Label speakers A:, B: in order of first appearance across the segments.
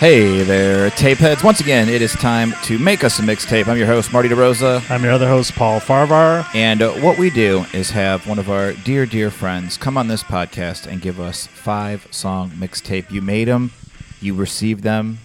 A: Hey there, tape heads. Once again, it is time to make us a mixtape. I'm your host, Marty DeRosa.
B: I'm your other host, Paul Farvar.
A: And uh, what we do is have one of our dear, dear friends come on this podcast and give us five song mixtape. You made them, you received them,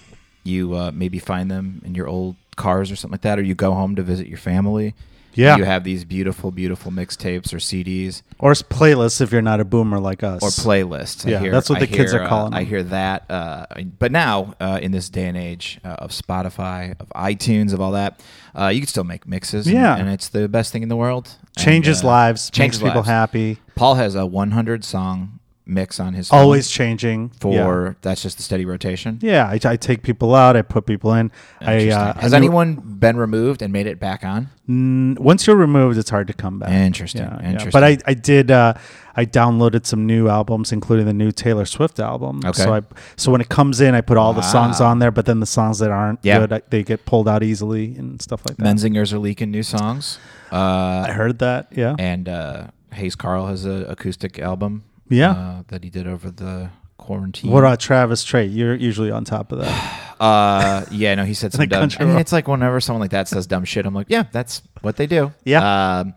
A: you uh, maybe find them in your old cars or something like that, or you go home to visit your family.
B: Yeah.
A: You have these beautiful, beautiful mixtapes or CDs.
B: Or it's playlists if you're not a boomer like us.
A: or playlists.
B: Yeah, that's what the kids are calling
A: Uh, I
B: them.
A: hear that. Uh, but now, uh, in this day and age uh, of Spotify, of iTunes, of all that, uh, you can still make mixes. and-
B: Yeah.
A: and, it's the best thing in the world. And,
B: Changes
A: uh,
B: lives,
A: changes
B: makes people
A: lives.
B: happy.
A: Paul has a 100 song mix on his phone
B: Always changing.
A: for that's just the steady rotation.
B: Yeah, yeah I, I take people out, I put people in. I,
A: Interesting.
B: uh,
A: Has
B: I knew-
A: anyone been removed and made it back on?
B: Mm, once you're removed, it's hard to come back.
A: Interesting,
B: Yeah, yeah.
A: interesting.
B: But I, I did. Uh, I downloaded some new albums, including the new Taylor Swift album.
A: Okay.
B: So I, so when it comes in, I put all the songs
A: Wow.
B: on there, but then the songs that aren't
A: Yeah.
B: good, I, they get pulled out easily and stuff like that.
A: Menzingers are leaking new songs. Uh,
B: I heard that. Yeah.
A: and uh, Hayes Carl has an acoustic album.
B: Yeah.
A: uh, that he did over the quarantine.
B: What about Travis Trait? You're usually on top of that.
A: Uh, yeah, no, he said some
B: Like
A: dumb.
B: country
A: I mean,
B: rock.
A: it's like whenever someone like that says dumb shit, I'm like, yeah, that's what they do.
B: Yeah.
A: Um,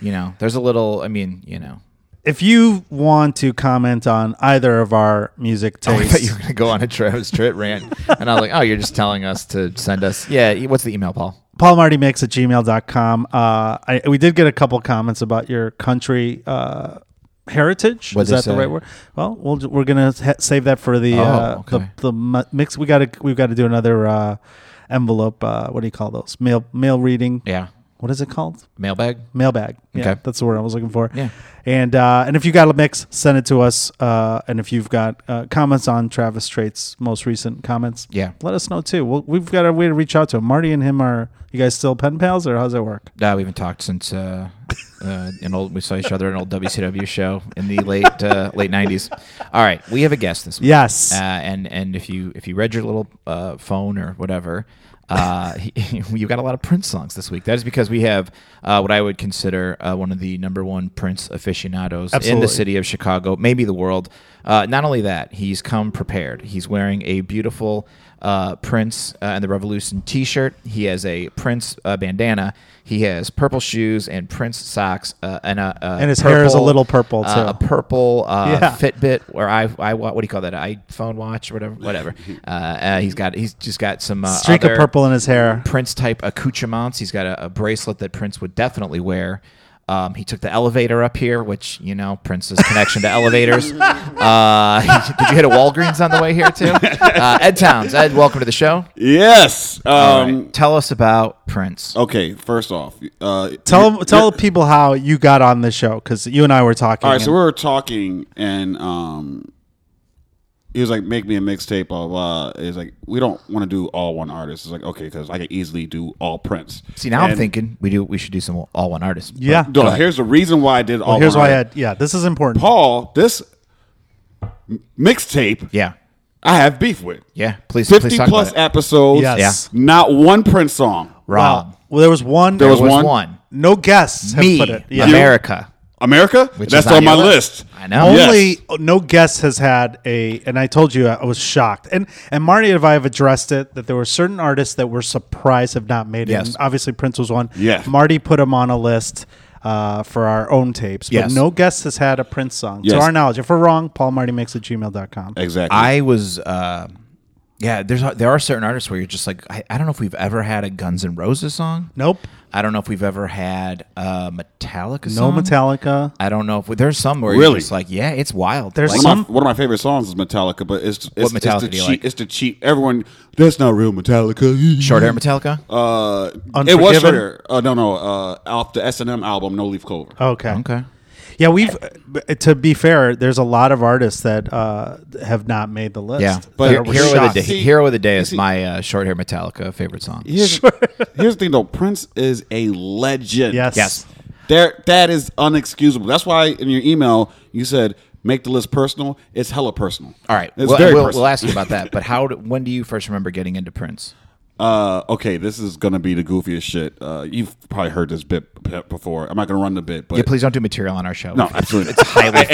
A: you know, there's a little. I mean, you know,
B: if you want to comment on either of our music
A: Oh, I bet
B: tastes,
A: you were gonna go on a Travis Tritt rant, and I was like, oh, you're just telling us to send us. Yeah, e- what's the email, Paul?
B: paulmartymix at gmail.com. Uh, I, we did get a couple comments about your country uh, heritage.
A: What'd
B: Is that
A: they say?
B: the right word? Well, we'll ju- we're going to ha- save that for the,
A: Oh,
B: uh,
A: okay.
B: the, the mu- mix. We got to we've got to do another uh, envelope. Uh, what do you call those? Mail mail reading.
A: Yeah,
B: What is it called?
A: mailbag.
B: mailbag. Yeah,
A: Okay.
B: that's the word I was looking for.
A: Yeah.
B: And uh, and if you got a mix, send it to us. Uh, and if you've got uh, comments on Travis Trait's most recent comments,
A: Yeah.
B: let us know too. Well, we've got a way to reach out to him. Marty and him are you guys still pen pals or how's it work?
A: Uh, we haven't talked since uh, uh, an old. We saw each other at an old WCW show in the late uh, late '90s. All right, we have a guest this week.
B: Yes.
A: Uh, and and if you if you read your little uh, phone or whatever, uh, you got a lot of Prince songs this week. That is because we have uh, what I would consider uh, one of the number one Prince aficionados in
B: Absolutely.
A: the city of Chicago, maybe the world. Uh, not only that, he's come prepared. He's wearing a beautiful uh, Prince uh, and the Revolution T-shirt. He has a Prince uh, bandana. He has purple shoes and Prince socks, uh, and a, a
B: And his hair is a little purple,
A: uh,
B: too.
A: a purple uh,
B: Yeah.
A: Fitbit or I, I wa- what do you call that iPhone watch or whatever whatever. Uh, uh, he's got he's just got some uh,
B: Streak of
A: other
B: purple in his hair.
A: Prince type accoutrements. He's got a, a bracelet that Prince would definitely wear. Um, he took the elevator up here, which you know Prince's connection to elevators. Uh, did you hit a Walgreens on the way here too? Uh, Ed Towns, Ed, welcome to the show.
C: Yes.
A: All
C: Um,
A: right, Tell us about Prince.
C: Okay. First off, uh,
B: Tell tell people how you got on the show because you and I were talking.
C: all right. So
B: and-
C: we were talking, and um, he was like, "Make me a mixtape." Blah blah. He's like, "We don't want to do all one artist." It's like, okay, because I could easily do all Prince.
A: See, now I'm
C: And-
A: thinking we do we should do some all one artists. But-
B: yeah.
C: No, here's the reason why I did all.
B: Here's
C: one
B: why I
C: artist.
B: had yeah. This is important.
C: Paul this m- mixtape.
A: yeah,
C: I have beef with.
A: yeah. Please,
C: Fifty
A: please talk
C: plus
A: about it.
C: episodes.
B: Yes.
C: Not one Prince song.
A: Rob.
B: Wow. Well, there was one.
C: There
A: There was
C: was
A: one.
C: one?
B: no guests. Have
A: Me,
B: put it. Yeah.
A: America.
C: America.
A: Which
C: That's
A: is on
C: on, my
A: your list.
C: list.
A: I know.
C: Yes.
B: Only no guest has had a, and I told you I was shocked. And and Marty and I have addressed it that there were certain artists that were surprised have not made it.
A: Yes.
B: And obviously Prince was one.
C: Yeah.
B: Marty put him on a list uh, for our own tapes, but
A: Yes.
B: no guest has had a Prince song to
C: Yes.
B: our knowledge. If we're wrong, Paul Marty makes at gmail.com.
C: Exactly.
A: I was, uh, yeah. There's there are certain artists where you're just like, I, I don't know if we've ever had a Guns N' Roses song.
B: Nope.
A: I don't know if we've ever had a Metallica.
B: No
A: song.
B: Metallica.
A: I don't know if we, there's some where you're
C: Really?
A: just like, yeah, it's wild.
B: There's
A: like,
C: One
B: Some-
C: of, my, one of my favorite songs is Metallica, but it's it's,
A: What
C: it's
A: Metallica
C: the
A: do you
C: cheap.
A: like?
C: It's the cheap. Everyone, that's not real Metallica.
A: short hair Metallica.
C: Uh, it was
B: Unforgiven?
C: short hair. Uh, no, no. Uh, off the S and M album, No Leaf Clover.
A: Oh.
B: Okay.
A: okay.
B: Yeah, we've. To be fair, there's a lot of artists that uh, have not made the list.
A: Yeah,
C: But
B: that
A: but
B: were
A: hero of
B: shocked.
A: the day.
C: See-
A: hero of the day
C: you
A: is
C: see-
A: my uh, short hair Metallica favorite song.
C: Here's, here's the thing though. Prince is a legend.
B: Yes.
A: Yes.
C: There, that is unexcusable. That's why in your email you said make the list personal. It's hella personal.
A: All right,
C: It's
A: we'll,
C: very
A: we'll,
C: personal.
A: we'll ask you about that. But how? Do, when do you first remember getting into Prince?
C: Uh, okay, this is gonna be the goofiest shit. Uh, you've probably heard this bit p- before. I'm not gonna run the bit, but
A: Yeah, please don't do material on our show.
C: no, absolutely,
A: It's highly-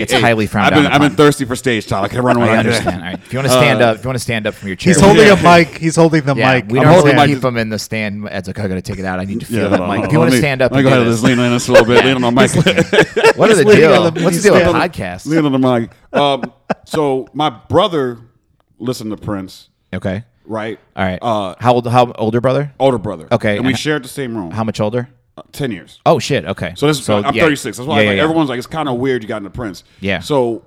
A: it's highly frowned
C: I've been,
A: down
C: I've been
A: upon.
C: thirsty for stage time. I can run when
A: I
C: I
A: understand. All right. If you
C: Uh,
A: want to stand up, if you want to stand up from your chair.
B: He's holding
C: Yeah.
B: a mic. He's holding the
A: yeah,
B: mic.
A: we
B: I'm
A: don't
B: holding
A: want to
B: it.
A: keep him in the stand. Ed's like, I gotta take it out. I need to feel
C: Yeah,
A: that
C: hold on,
A: mic.
C: hold
A: If you
C: on.
A: want
C: Let
A: to
C: me-
A: stand up,
C: let me
A: and
C: go
A: do
C: ahead and
A: this.
C: just lean on this a little bit. Lean on my mic.
A: what is the
B: leaning
A: deal?
B: on the
A: What's the deal with
B: stand.
A: podcasts?
C: Lean on the mic. Um, so my brother listened to Prince,
A: Okay.
C: right?
A: All right.
C: Uh,
A: how old? How older brother?
C: older brother.
A: Okay,
C: and we
A: and-
C: shared the same room.
A: How much older?
C: Uh, Ten years.
A: Oh shit. Okay.
C: So this is I'm
A: yeah.
C: 36. That's why
A: Yeah,
C: like,
A: yeah, yeah.
C: everyone's like, it's kind of weird you got into Prince.
A: Yeah.
C: So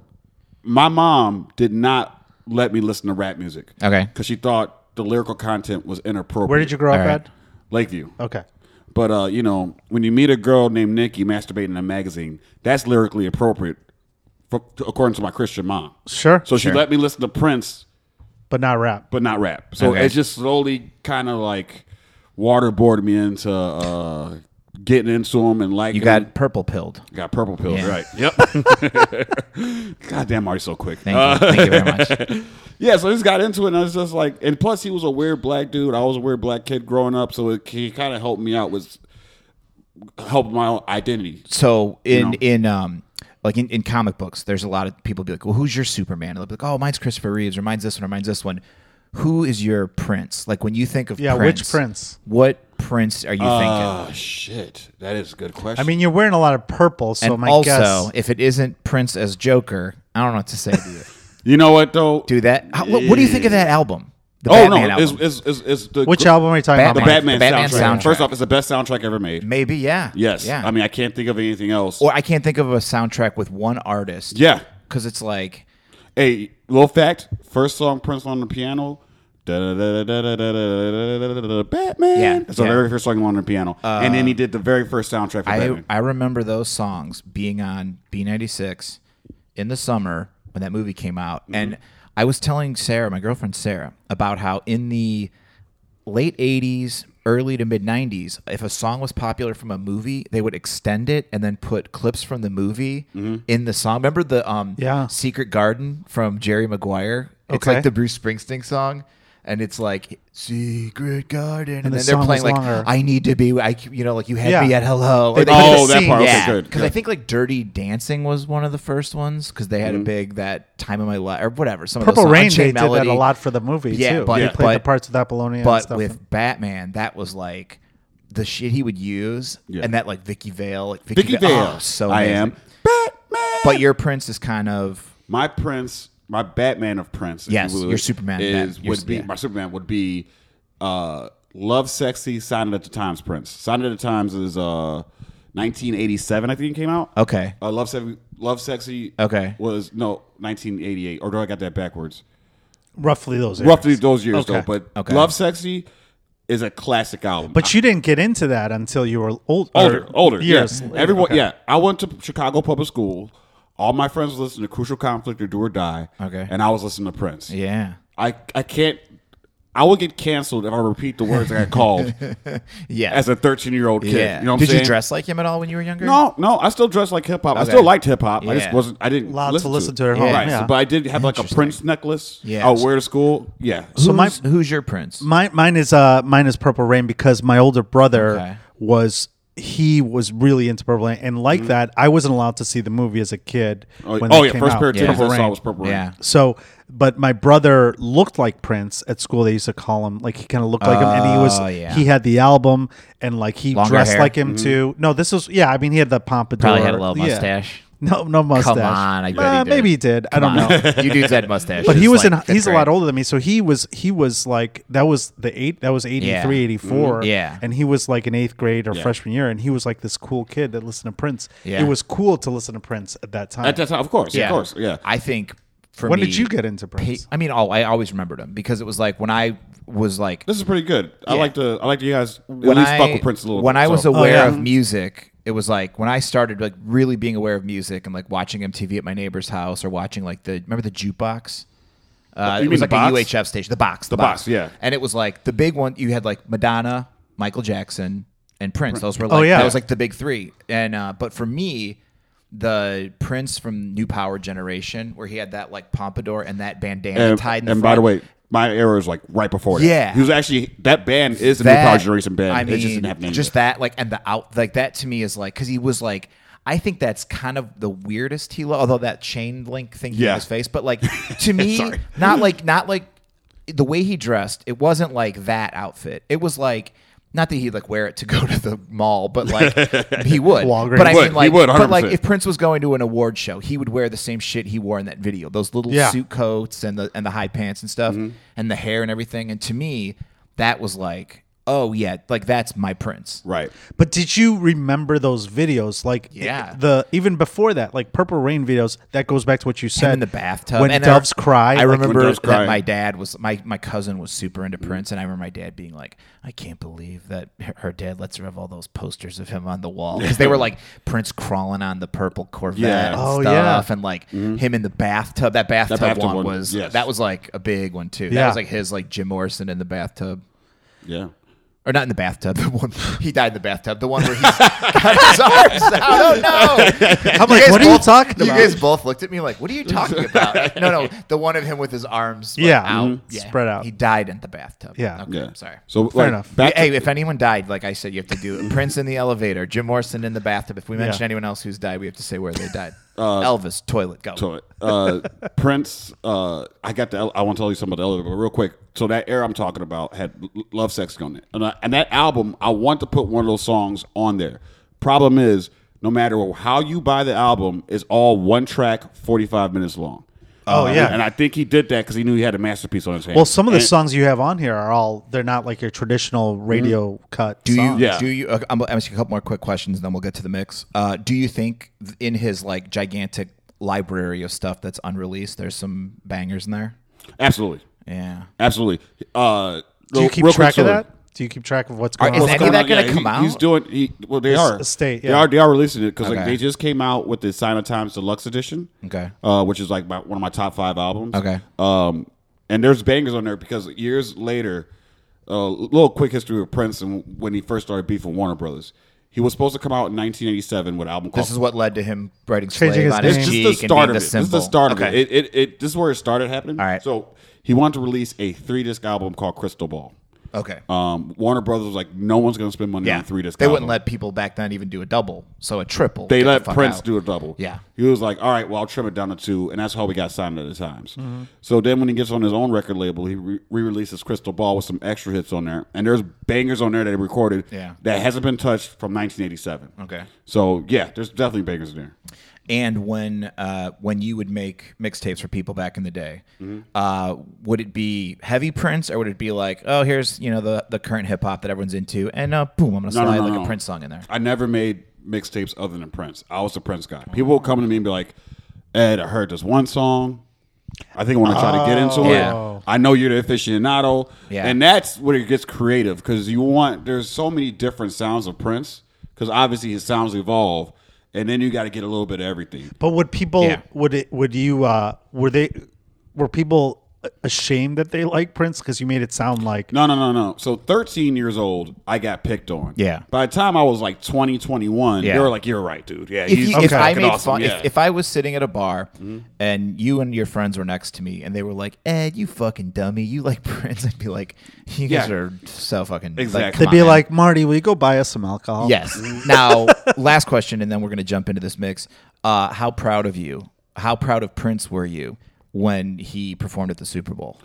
C: my mom did not let me listen to rap music.
A: Okay.
C: Because she thought the lyrical content was inappropriate.
B: Where did you grow up
A: All right.
B: at?
C: Lakeview.
B: Okay.
C: But uh, you know, when you meet a girl named Nikki masturbating in a magazine, that's lyrically appropriate, for, to- according to my Christian mom.
B: Sure.
C: So she let me listen to Prince,
B: but not rap.
C: but not rap. So
A: Okay.
C: it just slowly kind of like waterboarded me into uh, getting into him and like
A: You got purple pilled.
C: Got purple pills,
A: Yeah.
C: right? Yep. God damn, are you so quick?
A: Thank
C: Uh,
A: you. Thank you very much.
C: yeah, so I just got into it, and I was just like, and plus he was a weird black dude. I was a weird black kid growing up, so it, he kind of helped me out with helped my own identity.
A: So in
C: know.
A: in um like in, in comic books, there's a lot of people be like, well, who's your Superman? And they'll be like, oh, mine's Christopher Reeves, or mine's this one, or mine's this one. Who is your prince? Like when you think of
B: Yeah,
A: Prince,
B: which Prince? Uh,
A: What prince are you thinking?
C: Oh shit, that is a good question.
B: I mean, you're wearing a lot of purple, so
A: and
B: my
A: also,
B: guess.
A: if it isn't Prince as Joker, I don't know what to say to you.
C: you know what though?
A: Do that. How, what, what do you think of that album? The
C: oh
A: Batman
C: no,
A: album.
C: it's, it's, it's, it's the
B: Which album are you talking
C: The
B: about?
A: Batman. The Batman
C: Batman, soundtrack.
A: soundtrack.
C: First off, it's the best soundtrack ever made.
A: Maybe, yeah.
C: Yes.
A: Yeah.
C: I mean, I can't think of anything else.
A: or I can't think of a soundtrack with one artist.
C: yeah.
A: Because it's like,
C: Hey, little fact: first song Prince on the piano, da-da-da-da-da-da-da-da-da-da-da-da-da, Batman.
A: Yeah,
C: that's the
A: yeah. Uh,
C: very first song on the piano, and then he did the very first soundtrack for
A: I,
C: Batman.
A: I remember those songs being on B96 in the summer when that movie came out. And I was telling Sarah, my girlfriend Sarah, about how in the late 80s, early to mid 90s, if a song was popular from a movie, they would extend it and then put clips from the movie in the song. Remember the um,
B: Yeah.
A: Secret Garden from Jerry Maguire? It's
B: Okay.
A: like the Bruce Springsteen song. And it's like Secret Garden, and,
B: the
A: then they're
B: song
A: playing
B: is
A: like
B: longer.
A: I need to be, I you know, like you had
B: Yeah.
A: me at hello. Or
B: They
A: they
B: put
A: put
B: the
A: the
C: Oh, that
A: scene-
C: part, okay,
A: yeah,
C: good,
A: Because
C: good.
A: I think like Dirty Dancing was one of the first ones because they
C: Mm-hmm.
A: had a big that time of my life or whatever. Some
B: Purple
A: of those
B: Rain,
A: songs,
B: they
A: Unchained
B: did that a
A: Melody.
B: lot for the movie,
A: Yeah,
B: too.
A: but-
B: they
A: Yeah.
B: played the
A: but-
B: parts of Apollonia and
A: But
B: stuff.
A: with Batman, that was like the shit he would use,
C: Yeah.
A: and that like Vicky Vale, like Vicky,
C: Vicky
A: Vale,
C: Vale.
A: oh, so
C: I
A: amazing.
C: am Batman.
A: But your prince is kind of
C: my Prince, my Batman of Prince. if
A: Yes,
C: you will,
A: your Superman,
C: is
A: Bat- your-
C: would be
A: yeah.
C: my Superman would be uh, Love Sexy, Sign at the Times, Prince. Sign at the Times is uh, 1987, I think it came out.
A: okay.
C: Uh, Love Sexy, Love Sexy.
A: Oh. Okay.
C: was no 1988, or do I got that backwards?
B: roughly those areas.
C: Roughly those years
B: Okay.
C: though, but
A: Okay.
C: Love Sexy is a classic album.
B: But you didn't get into that until you were old, or
C: older, older,
B: Years.
C: yes. Everyone, yeah. I went to Chicago public school. All my friends listened to Crucial Conflict or Do or Die.
A: Okay.
C: and I was listening to Prince.
A: Yeah,
C: I I can't. I would get canceled if I repeat the words I got called
A: yeah,
C: as a 13 year old kid.
A: yeah.
C: You know what
A: Did
C: I'm saying?
A: you dress like him at all when you were younger?
C: No, no. I still dressed like hip hop. I
A: Okay.
C: still liked hip hop. I just
A: Yeah.
C: wasn't. I didn't
B: Allowed to
C: listen
B: listen to it at home,
C: Right.
B: yeah.
C: but I did have like a Prince necklace.
A: Yeah.
C: Yeah. I would wear to school. Yeah.
A: Who's,
B: So my-
A: who's your prince?
B: Mine, mine is uh, mine is Purple Rain because my older brother
A: Okay.
B: was he was really into Purple Rain, and like that, I wasn't allowed to see the movie as a kid.
C: Oh,
B: when
C: oh
B: that
C: yeah.
B: came
C: First
B: out,
C: pair of
A: Mm-hmm. Yeah.
C: tickets
B: Purple
C: I
B: Rain.
C: saw was Purple Rain.
A: yeah,
B: So, but my brother looked like Prince at school. They used to call him like he kind of looked like him, and he was
A: Oh, yeah.
B: he had the album and like he
A: Longer
B: dressed
A: hair.
B: like him too. No, this was yeah. I mean, he had the pompadour.
A: probably had a little
B: Yeah.
A: mustache.
B: No, no mustache.
A: on, I bet he
B: Uh,
A: did.
B: Maybe he did. I don't
A: Come
B: know.
A: on. you dudes had mustaches.
B: But he was
A: like,
B: in.
A: fifth
B: He's a
A: grade.
B: lot older than me, so he was. He was like that was the eight. That was 83,
A: Yeah.
B: 84.
A: Mhm. Yeah.
B: and he was like in eighth grade or freshman year, and he was like this cool kid that listened to Prince.
A: Yeah.
B: it was cool to listen to Prince at that time.
C: At that time, of course. Yeah. Of course. Yeah.
A: I think for
B: when
A: me,
B: did you get into
A: He,
B: Prince?
A: I mean, oh, I always remembered him because it was like when I was like
C: This is pretty good. I
A: Yeah.
C: like to. I like to you guys at
A: when
C: least
A: I,
C: fuck with Prince a little.
A: When
C: bit,
A: I was
C: so.
A: aware
B: Oh, yeah.
A: of music, it was like when I started like really being aware of music and like watching MTV at my neighbor's house or watching like the remember the jukebox. Uh,
C: you
A: it was
C: mean
A: like
C: the
A: a
C: box?
A: UHF station, the box, the,
C: box, yeah.
A: And it was like the big one. You had like Madonna, Michael Jackson, and Prince. Those were like
B: Oh, yeah.
A: that was like the big three. And uh, but for me. The Prince from New Power Generation, where he had that like pompadour and that bandana
C: And-
A: tied in the
C: and by
A: front.
C: the way, my era was like right before that.
A: Yeah.
C: he was actually that band is the new
A: that,
C: Power Generation band.
A: I
C: It
A: mean,
C: just didn't have names.
A: just that, like, and the out, like that to me is like because he was like, I think that's kind of the weirdest he, lo- although that chain link thing he had
C: Yeah.
A: on his face, but like to me,
C: Sorry.
A: not like not like the way he dressed. It wasn't like that outfit. It was like. Not that he'd like wear it to go to the mall, but like he would.
B: Walgreens.
A: But I
B: He
C: would.
A: mean,
C: He
A: like,
C: would,
A: but like
C: 100%.
A: if Prince was going to an award show, he would wear the same shit he wore in that video. Those little
B: Yeah.
A: suit coats and the and the high pants and stuff
C: Mm-hmm.
A: and the hair and everything. And to me, that was like, oh yeah, like that's my Prince.
C: right.
B: But did you remember those videos? Like e,
A: Yeah.
B: the even before that, like Purple Rain videos. That goes back to what you said
A: in the bathtub
B: when
A: And I-
B: doves cry.
A: I
B: like,
A: remember
C: doves
A: that
C: cry.
A: my dad was my my cousin was super
C: Mm-hmm.
A: into Prince, and I remember my dad being like, "I can't believe that her, her dad lets her have all those posters of him on the wall because they were like Prince crawling on the purple Corvette
C: Yeah. Mm-hmm.
A: and
B: Oh,
A: stuff, and like him in the bathtub. That bathtub,
C: bathtub
A: one
C: one,
A: was
C: yes.
A: that was like a big one too. That
B: Yeah.
A: was like his like Jim Morrison in the bathtub.
C: Yeah.
A: Or not in the bathtub. The one he died in the bathtub. The one where he's got his arms out. Oh no!
B: I'm like, what are you
A: both-
B: talking about?
A: You guys both looked at me like, what are you talking about? No, no, the one of him with his arms like,
B: Yeah,
A: out,
B: mhm. spread out.
A: He died in the bathtub.
B: Yeah.
A: Okay.
C: Yeah.
A: Sorry.
C: So
B: Fair
C: like,
B: enough.
C: Back
A: hey, if anyone died, like I said, you have to do Prince in the elevator, Jim Morrison in the bathtub. If we mention
B: Yeah.
A: anyone else who's died, we have to say where they died.
C: Uh,
A: Elvis toilet go.
C: So, uh, Prince, uh, I got the. ele- I want to tell you something about the elevator, but real quick. So that era I'm talking about had L- Love Sex on it, and, I, and that album, I want to put one of those songs on there. Problem is, no matter how you buy the album, it's all one track, 45 minutes long. Uh,
B: Oh, yeah.
C: and I think he did that because he knew he had a masterpiece on his hand.
B: well, some of the
C: And-
B: songs you have on here are all they're not like your traditional radio
A: Mm-hmm.
B: cut.
A: Do you?
B: songs.
C: Yeah.
A: Do you? Uh, I'm, I'm asking a couple more quick questions, and then we'll get to the mix. Uh, do you think th- in his like gigantic library of stuff that's unreleased, there's some bangers in there?
C: absolutely,
A: Yeah.
C: absolutely. Uh,
B: Do you keep track of that? Do you keep track of what's going
A: is
B: on?
A: that-
B: with
A: any
B: the-
A: of gonna come out?
C: He's doing. He, well, they
B: It's
C: are
B: a state,
C: They
B: yeah.
C: are. They are releasing it because like
A: Okay.
C: they just came out with the Sign of Times Deluxe Edition.
A: Okay.
C: Uh, which is like my, one of my top five albums.
A: Okay.
C: Um, and there's bangers on there because years later, a little quick history of Prince and when he first started beefing with Warner Brothers. He was supposed to come out in 1987 with an album called
A: This is what led to him writing
B: Changing
A: "Slave"
B: his
A: on
B: name.
A: his
C: it's
B: It's
A: cheek
C: just the start
A: and being
C: of
A: the
C: it.
A: symbol.
C: This is the start of
A: Okay.
C: it. It, it, it. This is where it started happening.
A: All right.
C: So he wanted to release a three disc album called Crystal Ball.
A: Okay.
C: Um, Warner Brothers was like, no one's gonna spend money
A: yeah.
C: on a three disc.
A: They wouldn't let people back then even do a double, so a triple.
C: They
A: Get the
C: let
A: fuck
C: Prince
A: out.
C: do a double.
A: Yeah.
C: He was like, all right, well, I'll trim it down to two. And that's how we got signed to the Times.
A: Mm-hmm.
C: So then when he gets on his own record label, he re releases Crystal Ball with some extra hits on there. And there's bangers on there that he recorded
A: Yeah.
C: that hasn't been touched from 1987.
A: Okay.
C: So yeah, there's definitely bangers in there.
A: And when uh, when you would make mixtapes for people back in the day,
C: Mm-hmm.
A: uh, would it be heavy Prince or would it be like, oh, here's you know the the current hip hop that everyone's into, and uh, boom, I'm gonna slide
C: no, no,
A: like a
C: no.
A: Prince song in there.
C: I never made mixtapes other than Prince. I was the Prince guy. People would come to me and be like, Ed, I heard this one song. I think I want to try to get into
A: Yeah.
C: it. I know you're the aficionado.
A: Oh. Yeah.
C: And that's where it gets creative because you want, there's so many different sounds of Prince because obviously his sounds evolve. And then you got to get a little bit of everything.
B: But would people
A: Yeah.
B: would it would you uh were they were people ashamed that they like Prince because you made it sound like
C: No, no, no, no. So 13 years old, I got picked on.
A: Yeah.
C: By the time I was like 20, 21,
A: Yeah.
C: they were like, you're right, dude. Yeah.
A: if, you, if
B: okay.
A: I
C: fucking
A: made
C: awesome,
A: fun,
C: yeah. Mm-hmm.
A: if, if I was sitting at a bar and you and your friends were next to me and they were like, "Ed, you fucking dummy, you like Prince," I'd be like, "You guys
C: Yeah.
A: are so fucking like,
C: Exactly.
A: come
B: they'd
A: on,
B: be
A: man."
B: like Marty, will you go buy us some alcohol?
A: "Yes." now, last question, and then we're gonna jump into this mix. Uh, how proud of you? How proud of Prince were you when he performed at the Super Bowl?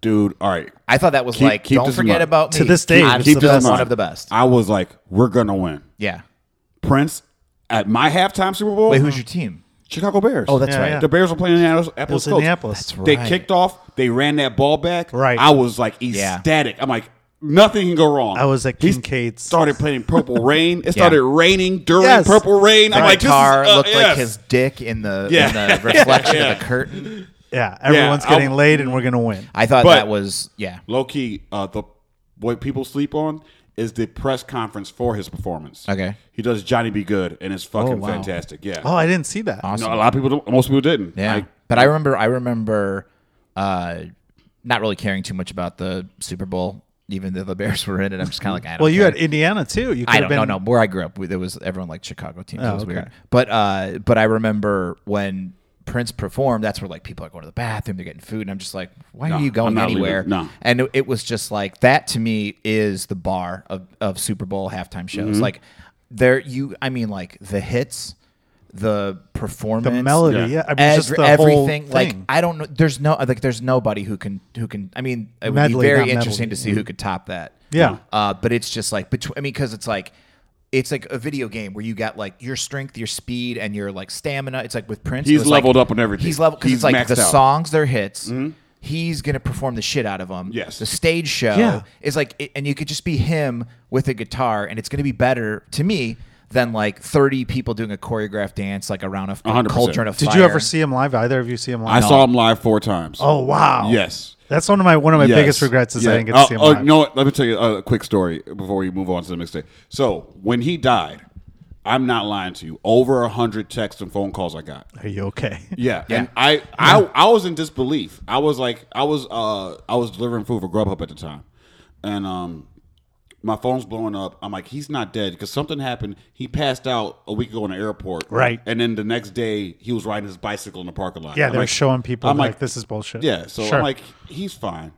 C: dude, all right.
A: I thought that was
C: Keep-
A: like,
C: keep
A: "Don't
C: this in
A: forget
C: mind.
A: about me."
B: To this day,
A: I'm
B: keep
A: the
B: this in
A: best, one
B: mind.
A: of the best.
C: I was like, we're going to win.
A: yeah.
C: Prince at my halftime Super Bowl.
A: Wait, who's your team?
C: Chicago Bears? Oh,
A: that's
B: Yeah, right. yeah.
C: The Bears were playing in
B: It was
C: Apple's
B: Indianapolis.
C: They
A: right.
C: kicked off. They ran that ball back.
B: Right.
C: I was like ecstatic. I'm like, nothing can go wrong.
B: I was at
C: He
B: Kincaid's.
C: Started playing Purple Rain. It started raining during
B: Yes.
C: Purple Rain.
A: The
C: I'm like, this is,
A: guitar
C: uh,
A: looked
C: yes.
A: like his dick in the,
C: Yeah.
A: in the reflection
C: Yeah.
A: of the curtain.
B: Yeah, everyone's
C: I'll-
B: getting laid and we're gonna win.
A: I thought
C: But-
A: that was yeah.
C: low key. Uh, the what people sleep on is the press conference for his performance.
A: Okay.
C: He does Johnny Be Good, and it's fucking
A: wow.
C: fantastic. Yeah.
B: Oh, I didn't see that.
C: No, a lot of people, don't, most people didn't.
A: Yeah.
C: Like,
A: but I remember I remember uh not really caring too much about the Super Bowl, even though the Bears were in it. I'm just kinda like I don't
B: Well, you
A: care.
B: had Indiana too. You could
A: I
B: have
A: don't
B: been
A: know, no, where I grew up, we- there was everyone like Chicago teams. it was
B: okay.
A: weird. But uh, but I remember when Prince performed, that's where like people are going to the bathroom, they're getting food, and I'm just like, why
C: No,
A: are you
C: I'm
A: going
C: not leaving.
A: anywhere?
C: No.
A: And it, it was just like that to me is the bar of, of Super Bowl halftime shows. Like there, you, I mean, like the hits, the performance,
B: melody, Yeah. yeah. I mean, just
A: ev-
B: the whole
A: everything. like
B: thing.
A: I don't know. There's no like. There's nobody who can who can. I mean, it would
B: Medley,
A: be
B: not
A: very
B: medley.
A: interesting to see who could top that.
B: Yeah.
A: Uh, but it's just like between. I mean, because it's like. It's like a video game where you got like your strength, your speed, and your like stamina. It's like with Prince, it
C: He's
A: was, like-
C: leveled up on everything.
A: He's level because
C: He's
A: it's like the
C: maxed out. Mm-hmm.
A: songs, their hits. He's gonna perform the shit out of them.
C: Yes.
A: the stage show
B: Yeah.
A: is like, it- and you could just be him with a guitar, and it's gonna be better to me than like thirty people doing a choreographed dance like around a, a
C: 100%.
A: culture and a
B: Did
A: fire.
B: you ever see him live? Either of you see him
C: I
B: live?
C: saw him live four times.
B: Oh wow.
C: Yes.
B: That's one of my one of my
C: Yes.
B: biggest regrets is I
C: Yeah.
B: didn't get to
C: Uh,
B: see him
C: oh,
B: live.
C: you know what? Let me tell you a quick story before we move on to the next day. So when he died, I'm not lying to you. Over a hundred texts and phone calls I got.
B: Are you okay?
C: Yeah, and I, I I was in disbelief. I was like, I was uh I was delivering food for Grubhub at the time, and um, my phone's blowing up. I'm like, he's not dead because something happened. He passed out a week ago in the airport,
B: Right.
C: And then the next day, he was riding his bicycle in the parking lot.
B: Yeah,
C: I'm
B: they're
C: like-
B: showing people
C: I'm
B: like,
C: like,
B: this is bullshit.
C: yeah, so
B: Sure.
C: I'm like, he's fine.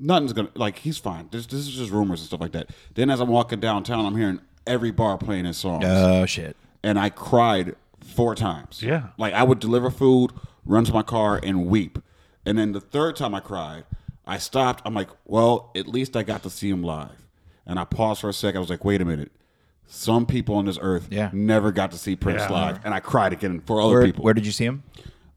C: Nothing's gonna like he's fine. This this is just rumors and stuff like that. Then as I'm walking downtown, I'm hearing every bar playing his songs,
A: Oh shit!
C: and I cried four times.
B: Yeah.
C: like I would deliver food, run to my car, and weep. And then the third time I cried, I stopped. I'm like, well, at least I got to see him live. And I paused for a second. I was like, wait a minute. Some people on this earth
A: Yeah.
C: never got to see Prince
B: Yeah.
C: live, and I cried again for other
A: Where,
C: people
A: where did you see him?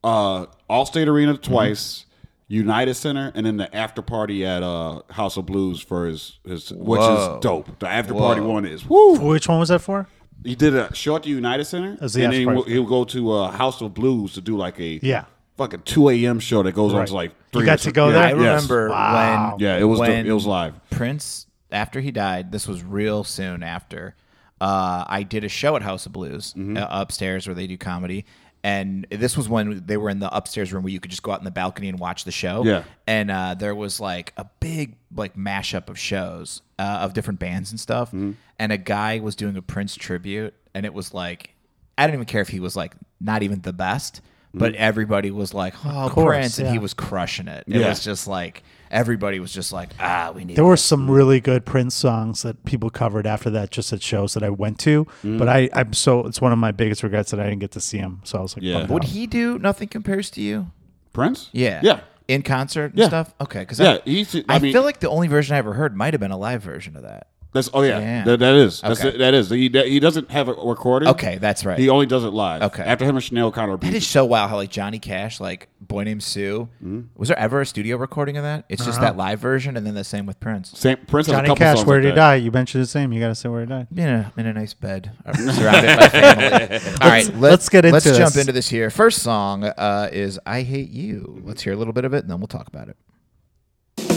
C: uh, Allstate Arena
B: Mm-hmm.
C: twice, United Center, and then the after party at uh, House of Blues for his his, which
A: Whoa.
C: is dope. The after party one is woo.
B: Which one was that for?
C: He did a show at the United Center,
B: That's the
C: and
B: after
C: then he,
B: party.
C: will- he'll go to uh, House of Blues to do like a
B: Yeah.
C: fucking two a.m. show that goes on
B: Right.
C: to like
B: You
C: three.
B: got
C: or
B: to
C: something.
B: go
C: Yeah,
B: there?
A: I
C: yes.
A: remember
B: Wow.
A: when
C: Yeah, it was
A: when
C: it was live.
A: Prince after he died. This was real soon after. Uh, I did a show at House of Blues
C: Mm-hmm.
A: uh, upstairs where they do comedy, and this was when they were in the upstairs room where you could just go out in the balcony and watch the show.
C: Yeah.
A: and uh, there was like a big like mashup of shows uh, of different bands and stuff,
C: Mm-hmm.
A: and a guy was doing a Prince tribute, and it was like I didn't even care if he was like not even the best.
C: Mm-hmm.
A: But everybody was like, "Oh,
B: course,
A: Prince," and
B: yeah.
A: he was crushing it. It
C: Yeah.
A: was just like everybody was just like, "Ah, we need."
B: There were some really good Prince songs that people covered after that, just at shows that I went to.
C: Mm.
B: But I, I'm so it's one of my biggest regrets that I didn't get to see him. So I was like,
C: Yeah.
B: bummed
A: Would
B: out.
A: he do Nothing Compares to You?
C: Prince.
A: Yeah.
C: yeah.
A: In concert and
C: Yeah.
A: stuff? Okay. Because
C: Yeah,
A: I,
C: he's- I
A: I,
C: mean-
A: feel like the only version I ever heard might have been a live version of that.
C: That's oh yeah,
A: Yeah.
C: That, that is that's
A: Okay.
C: that is he, that, he doesn't have it recorded.
A: Okay, that's right.
C: He only does it live.
A: Okay.
C: after him and Chanel kind of
A: It is so wild how, like, Johnny Cash, like, Boy Named Sue, was there ever a studio recording of that? It's just that live version and then the same with Prince.
C: Sam, Prince has a
B: Johnny
C: couple
B: Cash,
C: songs
B: where
C: like
B: did he
C: that.
B: die? You mentioned his name. You got to say where he died.
A: You know, in a nice bed, uh, surrounded by family. All right, let,
B: let's get
A: Let's
B: into
A: jump
B: this.
A: into this here. First song uh, is "I Hate You." Let's hear a little bit of it, and then we'll talk about it.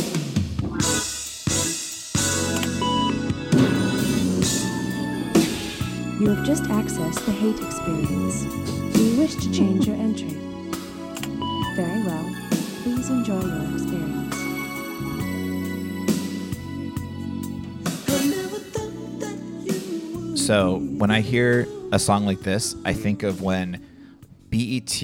D: You have just accessed the hate experience. Do you wish to change your entry? Very well. Please enjoy your experience.
A: So when I hear a song like this, I think of when BET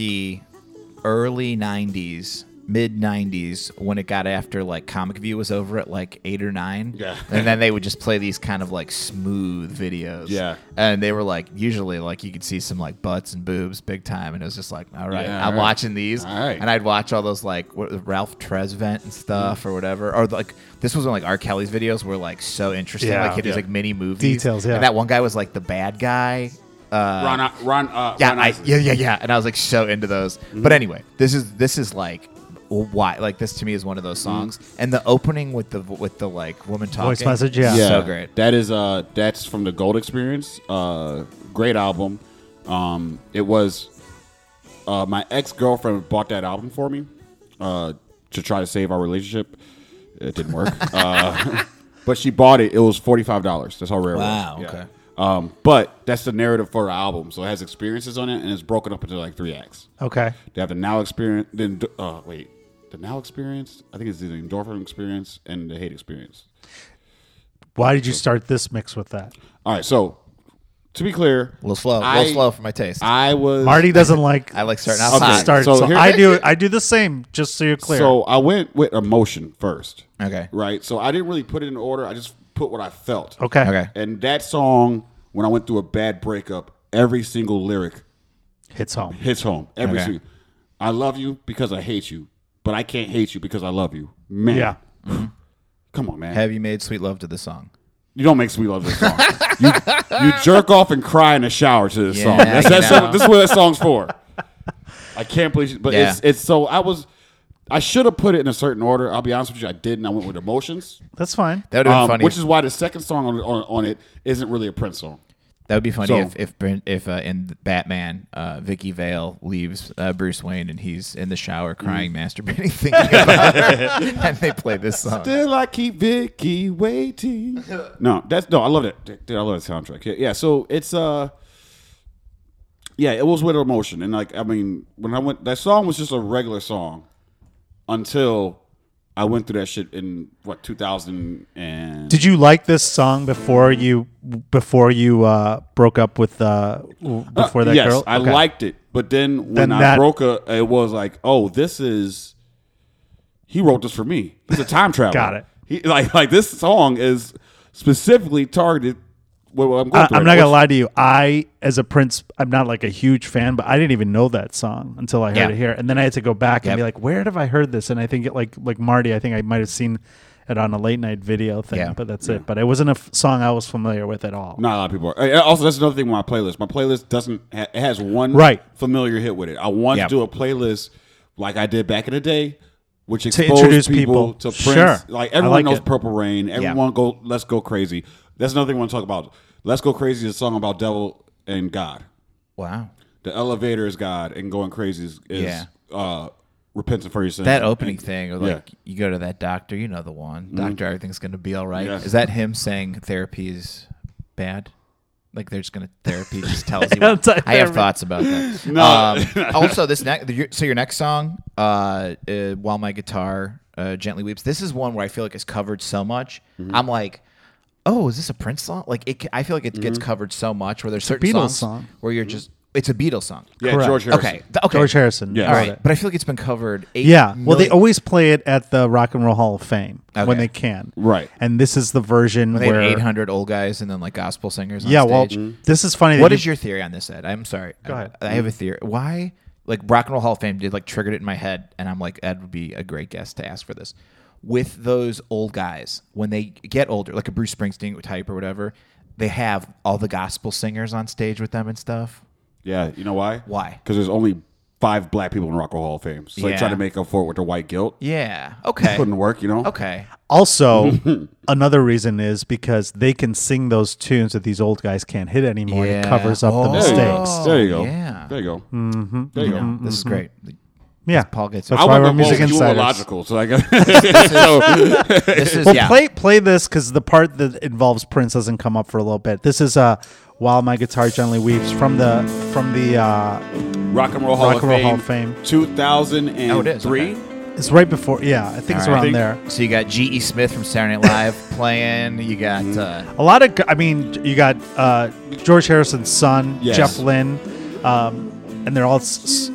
A: early 90s, mid 90s, when it got after like Comic View was over at like eight or nine.
C: Yeah.
A: and then they would just play these kind of like smooth videos.
C: Yeah.
A: And they were like, usually like you could see some like butts and boobs big time. And it was just like, all right,
C: Yeah,
A: I'm
C: all right.
A: watching these.
C: All right.
A: And I'd watch all those like what, Ralph Tresvant and stuff or whatever. Or like, this was when like R. Kelly's videos were like so interesting.
B: Yeah.
A: Like, it was
C: Yeah.
A: like mini movies.
B: Details, yeah.
A: And that one guy was like the bad guy. Uh,
C: Ron, Ron, uh,
A: yeah,
C: Ron
A: I,
C: Isley.
A: yeah, yeah, yeah. And I was like so into those.
C: Mm-hmm.
A: But anyway, this is this is like why like this to me is one of those songs.
C: Mm-hmm.
A: And the opening with the with the like woman talking
B: Voice message, yeah.
A: is
C: yeah,
A: so great.
C: That is uh that's from the Gold Experience. Uh great album. Um it was uh my ex-girlfriend bought that album for me uh to try to save our relationship. It didn't work. uh but she bought it. It was $45. That's how rare
A: Wow,
C: it was.
A: okay.
C: Um but that's the narrative for the album. So it has experiences on it and it's broken up into like 3 acts.
B: Okay.
C: They have the now experience. Then uh, wait, the now experience. I think it's the endorphin experience and the hate experience.
B: Why did you start this mix with that?
C: All right, so to be clear,
A: A little slow. A
C: I-
A: little slow for my taste.
C: I was
B: Marty doesn't like
A: I like starting out
B: s-
A: hot.
B: Start,
C: So
B: so
C: here-
B: I do. I do the same. Just so you're clear.
C: So I went with emotion first.
A: Okay.
C: Right. So I didn't really put it in order. I just put what I felt.
B: okay.
A: Okay.
C: And that song, when I went through a bad breakup, every single lyric
B: Hits home.
C: hits home. Every
A: Okay.
C: single. I love you because I hate you, but I can't hate you because I love you. Man.
B: Yeah.
C: Come on, man.
A: Have you made sweet love to the song?
C: You don't make sweet love to this song. you, you jerk off and cry in the shower to this
A: Yeah,
C: song. That's,
A: you
C: that's
A: know.
C: what, this is what that song's for. I can't believe, but it's
A: Yeah.
C: it's so I was. I should have put it in a certain order. I'll be honest with you, I didn't. I went with emotions,
B: That's fine.
A: That would have been
C: um,
A: funny.
C: which is why the second song on, on, on it isn't really a Prince song.
A: that would be funny
C: so-
A: if if Brin- if uh, in Batman, uh, Vicky Vale leaves uh, Bruce Wayne and he's in the shower
C: Mm.
A: crying, masturbating, thinking about her, and they play this song.
C: Still, I keep Vicky waiting. no, that's no. I love that. Dude, I love that soundtrack. Yeah, yeah. So it's uh, yeah, it was with emotion, and like I mean, when I went, that song was just a regular song until I went through that shit in what 2000 and
B: Did you like this song before you before you uh, broke up with uh, w- before that
C: yes,
B: girl?
C: I
B: Okay.
C: liked it, but then when
B: Then
C: I
B: that-
C: broke up, it was like, oh, this is. He wrote this for me. He's a time traveler.
B: Got it.
C: He like like this song is specifically targeted. Well, well, I'm, going
B: I,
C: through
B: I'm
C: it.
B: not
C: What's-
B: gonna lie to you. I, as a Prince, I'm not like a huge fan, but I didn't even know that song until I heard
A: Yeah.
B: it here, and then I had to go back
A: Yep.
B: and be like, "Where have I heard this?" And I think it like like Marty, I think I might have seen it on a late night video thing,
A: Yeah.
B: but that's it. But it wasn't a f- song I was familiar with at all.
C: Not a lot of people are. and Also, that's another thing with my playlist. My playlist doesn't. Ha- it has one
B: Right.
C: familiar hit with it. I want
A: Yeah.
C: to do a playlist like I did back in the day, which exposed
B: introduce
C: people,
B: people.
C: to Prince.
B: Sure.
C: Like
B: I
C: everyone
B: like
C: knows
B: it.
C: Purple Rain. Everyone go. Let's go crazy. That's another thing I want to talk about. Let's go crazy is a song about devil and God.
A: Wow.
C: The elevator is God, and going crazy is, is
A: Yeah.
C: uh, repenting for your sins.
A: That opening thing, of
C: yeah. Mm-hmm.
A: like you go to that doctor, you know the one doctor, everything's gonna be all right.
C: Yes.
A: Is that him saying therapy is bad? Like they're just gonna therapy just tells you. what- I have
B: Anti-therapy.
A: thoughts about that. Um, also, this next, your- so your next song, uh, uh, while my guitar uh, gently weeps. This is one where I feel like it's covered so much.
C: Mm-hmm.
A: I'm like. Oh, is this a Prince song? Like it, ca- I feel like it
C: Mm-hmm.
A: gets covered so much. Where there's certain
B: Beatles
A: songs
B: song.
A: where you're just, it's a Beatles song.
C: yeah,
B: Correct.
C: George Harrison.
A: Okay, th- okay.
B: George Harrison,
C: Yeah.
A: All
B: wrote
A: right,
B: it.
A: but I feel like it's been covered. Eight
B: Yeah. Well, they
A: million-
B: always play it at the Rock and Roll Hall of Fame
A: Okay.
B: when they can.
C: Right.
B: And this is the version
A: They
B: where
A: had 800 old guys and then like gospel singers. On
B: Yeah. Well,
A: stage.
B: this is funny. that
A: what
B: you-
A: is your theory on this, Ed? I'm sorry. Go
B: ahead.
A: I, have a theory. Why, like Rock and Roll Hall of Fame did like triggered it in my head, and I'm like, Ed would be a great guest to ask for this. With those old guys, when they get older, like a Bruce Springsteen type or whatever, they have all the gospel singers on stage with them and stuff.
C: Yeah, you know why?
A: Why?
C: Because there's only five black people in Rock and Roll Hall of Fame, so they try
A: Yeah.
C: to make up for it with their white guilt.
A: Yeah. Okay.
C: Couldn't work, you know.
A: Okay.
B: Also, another reason is because they can sing those tunes that these old guys can't hit anymore. and
A: Yeah.
B: It covers up
A: Oh.
B: the
C: There you go.
B: mistakes.
C: There you go.
A: Yeah.
C: There you go. There you go.
A: This is great.
B: Yeah,
A: Paul gets it.
B: That's
A: I
B: why
C: wouldn't
B: we're
C: have
B: music
C: known you were
B: insiders.
C: logical, so I guess. so,
A: This is
B: Well,
A: yeah.
B: play play this because the part that involves Prince doesn't come up for a little bit. This is uh, while my guitar gently weeps from the from the uh,
C: Rock and Roll Hall,
B: Rock
C: of,
B: and Roll
C: Fame,
B: Hall of Fame.
C: 2003.
A: Oh, it is, okay.
B: it's right before. Yeah, I think it's
A: All right.
B: around
C: Think-
B: there.
A: So you got G.E. Smith from Saturday Night Live playing. You got uh,
B: A lot of, g- I mean, you got uh, George Harrison's son,
C: Yes.
B: Jeff Lynn, um, and they're all s- s-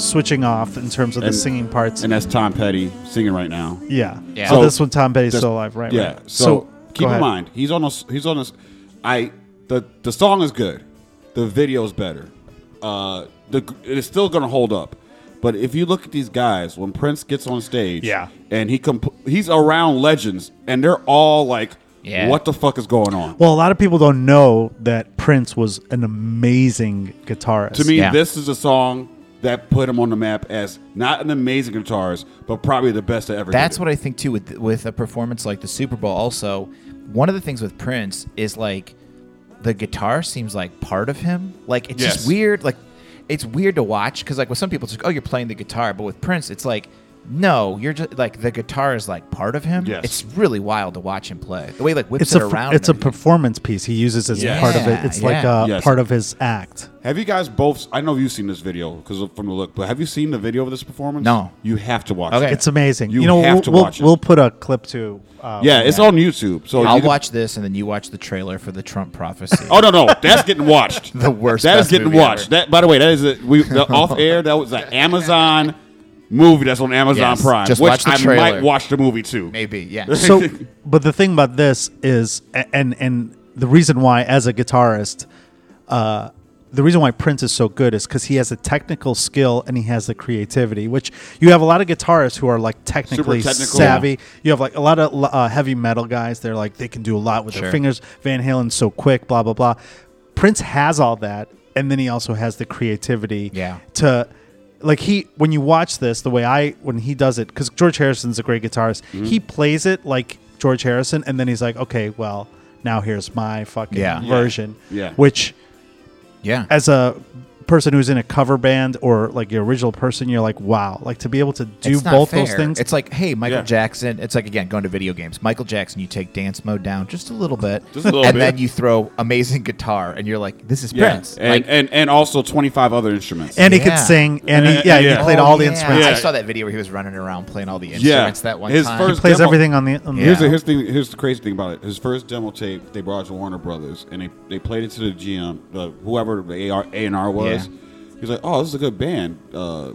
B: switching off in terms of
C: And-
B: the singing parts.
C: And that's Tom Petty singing right now.
B: yeah.
A: Yeah.
B: So
A: So-
B: this one, Tom Petty's
C: That's-
B: still alive, right?
C: Yeah.
B: right.
C: So,
B: go
C: keep in
B: ahead.
C: mind, he's on a, s- he's on a, s- I the the song is good. The video's better. Uh the g- it's still going to hold up. But if you look at these guys when Prince gets on stage
B: Yeah.
C: and he compl- he's around legends and they're all like
A: Yeah.
C: what the fuck is going on?
B: Well, a lot of people don't know that Prince was an amazing guitarist.
C: To me,
A: Yeah.
C: this is a song that put him on the map as not an amazing guitarist, but probably the best I ever.
A: That's what I think too with with a performance like the Super Bowl. Also, one of the things with Prince is like the guitar seems like part of him. Like it's
C: Yes.
A: just weird. Like it's weird to watch because like with some people it's like oh you're playing the guitar, but with Prince it's like No, you're just like the guitar is like part of him.
C: Yes.
A: It's really wild to watch him play. The way he like whips
B: It's
A: it
B: a f-
A: around.
B: it's a
A: and everything.
B: performance piece he uses as
C: Yes.
B: part of it.
A: Yeah,
B: It's like
A: yeah.
B: a
C: Yes.
B: part of his act.
C: Have you guys both? I know you've seen this video because from the look, but have you seen the video of this performance?
A: No.
C: You have to watch.
A: Okay.
C: it.
B: It's amazing.
C: You
B: You, know,
C: have
B: we'll,
C: to
B: we'll,
C: watch it.
B: we'll put a clip to. Uh,
C: yeah, it's on YouTube.
B: Oh,
C: So
A: I'll
C: you can-
A: watch this and then you watch the trailer for the Trump prophecy.
C: Oh no, no, that's getting watched.
A: The worst
C: That is
A: best
C: getting
A: movie
C: watched.
A: ever.
C: That by the way, that is a, we the off air. That was an Amazon movie that's on Amazon
A: Yes,
C: Prime.
A: just
C: which
A: watch the
C: I
A: trailer.
C: might watch the movie too.
A: Maybe, yeah.
B: so but the thing about this is a- and and the reason why as a guitarist uh the reason why Prince is so good is because he has the technical skill and he has the creativity, which you have a lot of guitarists who are like technically
C: technical.
B: savvy. You have like a lot of uh, heavy metal guys. They're like they can do a lot with
A: Sure.
B: their fingers. Van Halen's so quick, blah blah blah. Prince has all that, and then he also has the creativity
A: Yeah.
B: to like he when you watch this the way i when he does it because george harrison's a great guitarist
A: Mm-hmm.
B: he plays it like george harrison and then he's like okay well now here's my fucking
A: Yeah. Yeah.
B: version
C: Yeah.
B: which
A: yeah.
B: as a person who's in a cover band or like the original person you're like wow like to be able to do
A: It's not
B: both those
A: fair.
B: things
A: It's like, hey, Michael
C: Yeah.
A: Jackson. It's like again going to video games. Michael Jackson, you take dance mode down just a little bit,
C: Just a little
A: and
C: bit.
A: then you throw amazing guitar, and you're like, this is
C: Yeah.
A: Prince.
C: and,
A: like,
C: and and also twenty five other instruments.
B: and he
A: Yeah.
B: could sing and he,
C: Yeah,
B: yeah,
C: yeah.
B: he played
A: Oh,
B: all the
A: yeah.
B: instruments
A: I
C: Yeah.
A: saw that video where he was running around playing all the
C: Yeah.
A: instruments that one
C: His
A: time.
C: first-
B: plays
C: Demo.
B: everything on the on the-
A: Yeah.
C: Here's the here's the thing, here's the crazy thing about it. His first demo tape they brought it to Warner Brothers and they, they played it to the GM, the, whoever the AR, A&R was. He's like, "Oh, this is a good band. Uh,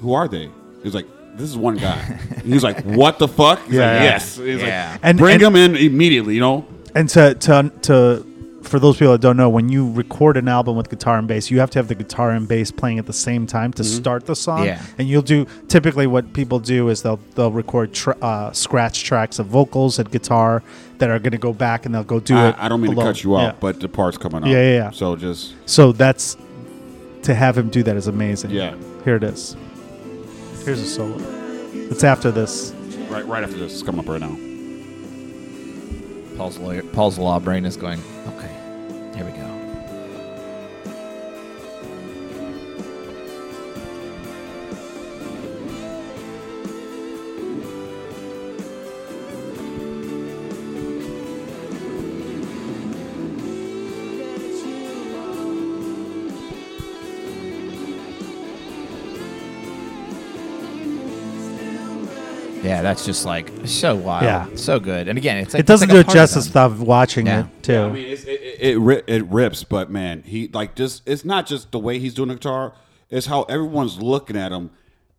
C: who are they?" He's like, "This is one guy." he's like, "What the fuck?" He's
B: Yeah.
C: like, "Yes." He's
A: Yeah.
C: like,
B: And-
C: "Bring
B: and-
C: him in immediately." You know,
B: and to to to for those people that don't know, when you record an album with guitar and bass, you have to have the guitar and bass playing at the same time
C: Mm-hmm.
B: to start the song.
A: Yeah.
B: And you'll do typically what people do is they'll they'll record tr- uh, scratch tracks of vocals and guitar that are going to go back and they'll go do it.
C: I, I don't mean
B: alone.
C: to cut you off,
B: Yeah.
C: but the part's coming up.
B: Yeah, yeah, yeah.
C: So just
B: so that's to have him do that is amazing.
C: Yeah.
B: Here it is. Here's a solo. It's after this.
C: right right after this, it's coming up right now.
A: Paul's lawyer, Paul's law brain is going. Okay, here we go. Yeah, that's just like so wild,
B: Yeah.
A: so good. And again, it's like,
B: It doesn't
A: it's like a
B: do it
A: part of
B: justice
A: them.
B: without watching
A: Yeah.
B: it too.
C: I mean, it's, it it, it, ri- it rips, but man, he like just it's not just the way he's doing the guitar; it's how everyone's looking at him.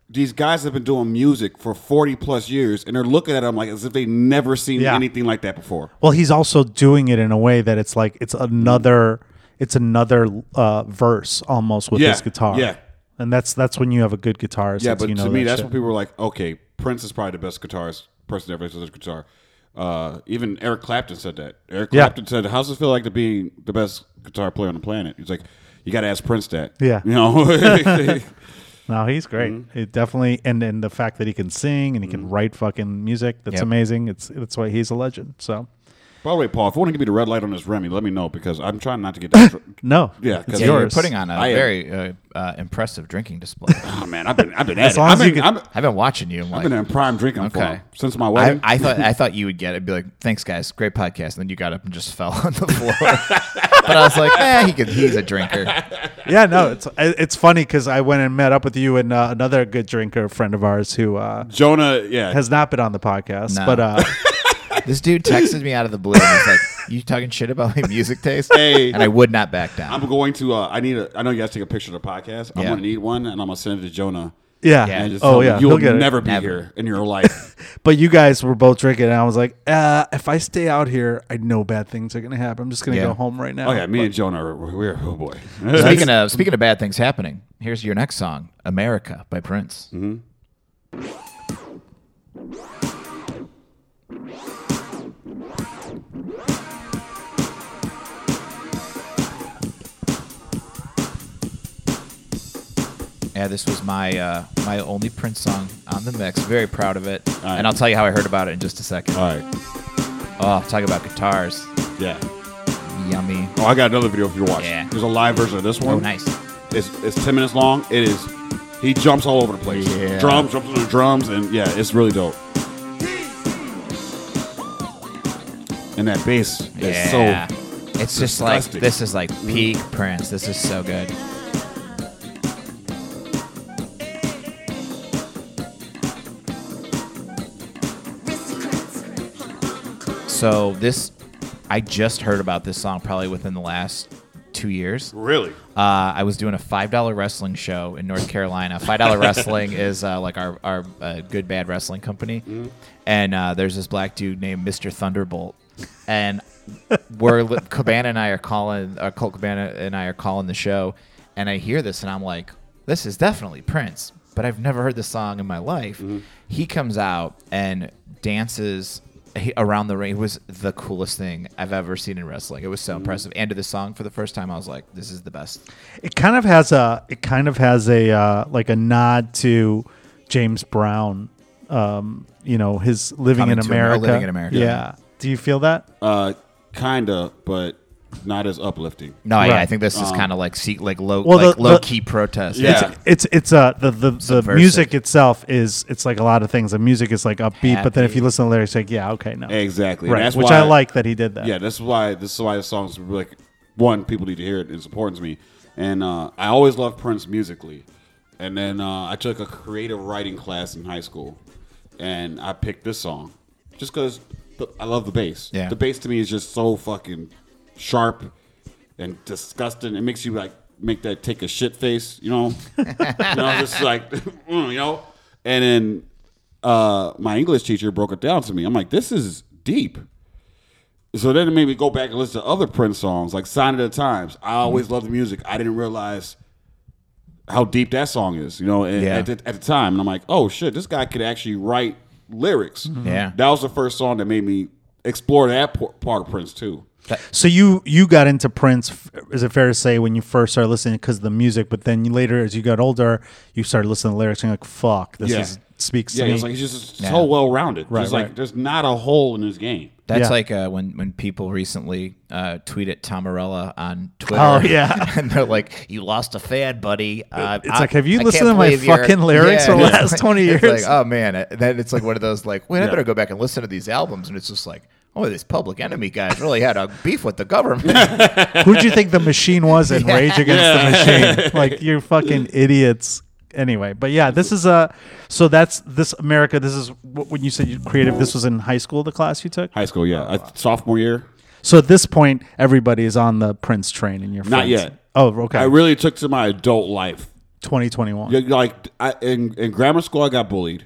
C: These guys have been doing music for forty plus years, and they're looking at him like as if they never seen
B: Yeah.
C: anything like that before.
B: Well, he's also doing it in a way that it's like it's another it's another uh, verse almost with
C: Yeah,
B: his guitar.
C: yeah.
B: And that's that's when you have a good guitarist.
C: yeah,
B: that's-
C: but
B: you know
C: to me,
B: that
C: that's
B: shit.
C: when people were like, "Okay, Prince is probably the best guitarist person to ever does guitar." Uh, even Eric Clapton said that. Eric
B: Yeah.
C: Clapton said, "How's it feel like to be the best guitar player on the planet?" He's like, "You got to ask Prince that."
B: Yeah.
C: you know.
B: No, he's great.
C: Mm-hmm.
B: It definitely and and the fact that he can sing and he can write fucking music, that's
A: Yep.
B: amazing. It's that's why he's a legend. So
C: By the way, Paul, if you want to give me the red light on this Remy, let me know because I'm trying not to get. That
B: no.
C: Yeah,
B: it's
C: 'cause
A: Yeah,
B: yours.
A: you're putting on a
C: I am.
A: very uh, uh, impressive drinking display.
C: oh man, I've been, I've been at
B: As
C: it.
B: long
C: I've
B: as you
C: been,
B: can-
C: I'm-
A: I've been watching you. I'm
C: I've
A: like,
C: been in prime drinking
A: okay.
C: form since my
A: I,
C: wedding.
A: I thought I thought you would get it. I'd be like, thanks guys, great podcast. And then you got up and just fell on the floor. but I was like, eh, he could, he's a drinker.
B: yeah, no, it's it's funny because I went and met up with you and uh, another good drinker friend of ours who uh,
C: Jonah, yeah,
B: has not been on the podcast,
A: No.
B: but uh,
A: This dude texted me out of the blue and he's like, You talking shit about my music taste?
C: Hey.
A: And I would not back down.
C: I'm going to. Uh, I need a. I know you guys take a picture of the podcast. I'm
A: Yeah.
C: gonna need one, and I'm gonna send it to Jonah.
B: yeah.
A: Yeah,
C: And just
B: oh
C: tell him
B: yeah,
C: you
B: he'll
C: will
B: get it.
C: never be
A: Never.
C: here in your life.
B: But you guys were both drinking, and I was like, uh, if I stay out here, I know bad things are gonna happen. I'm just gonna
A: Yeah.
B: go home right now.
C: oh yeah, me and Jonah, are, we're oh boy.
A: speaking of speaking of bad things happening, here's your next song, America by Prince. Mm-hmm. Yeah, this was my uh, my only Prince song on the mix. Very proud of it,
C: right.
A: and I'll tell you how I heard about it in just a second.
C: All right,
A: Oh, talk about guitars,
C: yeah.
A: yummy.
C: Oh, I got another video for you to watch.
A: Yeah.
B: Oh,
C: There's a live version of this one.
A: Oh, nice.
C: It's it's ten minutes long. It is He jumps all over the place.
A: Yeah.
C: Drums, jumps on the drums, and yeah, it's really dope. And that bass is
A: Yeah.
C: so.
A: it's just like
C: disgusting.
A: this is like peak Prince. This is so good. So this, I just heard about this song probably within the last two years.
C: Really?
A: Uh, I was doing a five dollar wrestling show in North Carolina. Five dollar wrestling is uh, like our our uh, good bad wrestling company,
C: Mm.
A: and uh, there's this black dude named Mister Thunderbolt, and we're li- Cabana and I are calling uh, Colt Cabana and I are calling the show, and I hear this and I'm like, this is definitely Prince, but I've never heard this song in my life.
B: Mm-hmm.
A: He comes out and dances. He, around the ring it was the coolest thing I've ever seen in wrestling. It was
B: Mm-hmm.
A: so impressive. And to the song for the first time, I was like, "This is the best
B: It kind of has a it kind of has a uh, like a nod to James Brown. Um, you know, his living
A: Coming
B: in
A: to Amer-
B: America.
A: Living in America.
B: Yeah. Do you feel that?
C: Uh, kinda, but not as uplifting.
A: No, yeah, I
B: Right. Um,
A: think this is kind of like see, like low
B: Well,
A: like
B: the-
A: low
B: the-
A: key protest.
C: Yeah.
A: It's-
B: It's it's uh the the, the
A: Subversive.
B: music itself is it's like a lot of things. The music is like upbeat, but then if
A: Happy.
B: you listen to the lyrics, like yeah, okay, no,
C: Exactly. And
B: right?
C: that's
B: Which
C: why-
B: I like that he did that.
C: Yeah, that's why this is why the song's like one people need to hear it. It's important to me, and uh, I always loved Prince musically. And then uh, I took a creative writing class in high school, and I picked this song just because I love the bass.
A: Yeah.
C: the bass to me is just so fucking sharp and disgusting. It makes you like make that take a shit face, you know? you know, just like mm, you know. And then uh, my English teacher broke it down to me. I'm like, this is deep. So then it made me go back and listen to other Prince songs, like Sign of the Times.
B: Mm-hmm.
C: I always loved the music. I didn't realize how deep that song is, you know, and
A: Yeah.
C: at, the, at the time. And I'm like, oh shit, this guy could actually write lyrics.
B: Mm-hmm.
A: Yeah.
C: That was the first song that made me explore that por- part of Prince too.
B: So you you got into Prince. f- Is it fair to say when you first started listening because of the music, but then you, later as you got older, you started listening to the lyrics and you're like, fuck, this
C: Yeah.
B: is speaks
C: Yeah,
B: to me.
C: it's like he's just
A: Yeah.
C: so well rounded.
B: Right,
C: there's like
B: right.
C: there's not a hole in his game.
A: That's
B: Yeah.
A: like uh, when when people recently uh, tweet at Tomarella on Twitter.
B: Oh, yeah.
A: and they're like, "You lost a fan, buddy." Uh,
B: It's like, have you listened to my
A: believe you're-"
B: fucking lyrics for the last 20
A: It's
B: years?
A: like, oh man, Uh, then it's like one of those like, wait, I better go back and listen to these albums, and it's just like, oh, this Public Enemy guys really had a beef with the government.
B: Who'd you think the machine was in Rage Against the Machine? Like you're fucking idiots. Anyway, but yeah, this is a so that's this America. This is wh- when you said you creative. This was in high school, the class you took.
C: High school, yeah, I, sophomore year.
B: So at this point, everybody is on the Prince train, and you're friends.
C: Not yet.
B: Oh, okay.
C: I really took to my adult life
B: 2021.
C: Yeah, like I, in, in grammar school, I got bullied.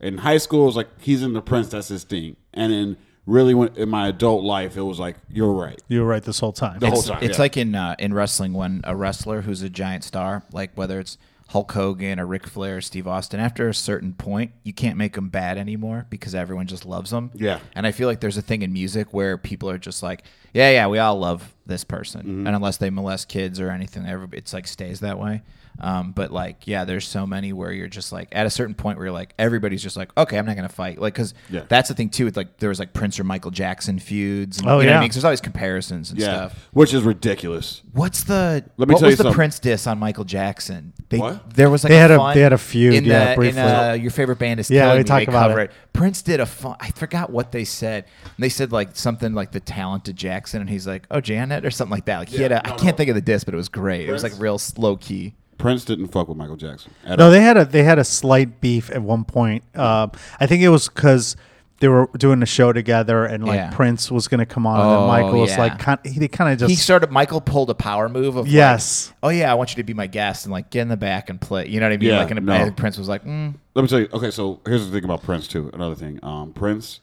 C: In high school, it was like he's in the Prince. That's his thing. And in really, when, in my adult life, it was like you're right.
B: You were right this whole time.
C: whole
A: it's
C: time,
A: it's
C: yeah.
A: like in uh, in wrestling when a wrestler who's a giant star, like whether it's Hulk Hogan or Ric Flair or Steve Austin, after a certain point, you can't make them bad anymore because everyone just loves them.
C: Yeah.
A: And I feel like there's a thing in music where people are just like, yeah, yeah, we all love this person,
C: Mm-hmm.
A: and unless they molest kids or anything, everybody, it's like stays that way. Um, but like, yeah, there's so many where you're just like, at a certain point where you're like, everybody's just like, okay, I'm not gonna fight, like, cause
C: Yeah.
A: that's the thing too. With like, there was like Prince or Michael Jackson feuds. And,
B: Oh,
A: you know what I
B: yeah.
A: mean? 'Cause there's always comparisons and
C: Yeah,
A: stuff.
C: which is ridiculous.
A: What's the
C: Let me
A: what
C: tell
A: was the
C: you something.
A: Prince diss on Michael Jackson? They
C: What?
A: there was like
B: They had a-
A: fun-
B: they had a feud,
A: in
B: yeah,
A: the,
B: briefly.
A: In uh, your favorite band is
B: Yeah,
A: telling
B: we
A: me
B: talked
A: they
B: about
A: cover
B: it.
A: it. Prince did a fun. I forgot what they said. And they said like something like the talented Jackson, and he's like, oh Janet or something like that. Like he had a I can't think of the diss, but it was great. It was like real slow key.
C: Prince didn't fuck with Michael Jackson. At
B: No,
C: all.
B: they had a they had a slight beef at one point. Um, I think it was because they were doing a show together, and like
A: Yeah.
B: Prince was going to come on, and
A: Oh,
B: then Michael was
A: yeah.
B: like, kind, he, kind of just
A: He started. Michael pulled a power move of like,
B: Yes.
A: oh yeah, I want you to be my guest and like get in the back and play. You know what I mean?
C: Yeah,
A: like and
C: no.
A: I think Prince was like, mm,
C: Let me tell you. Okay, so here's the thing about Prince too. Another thing, um, Prince,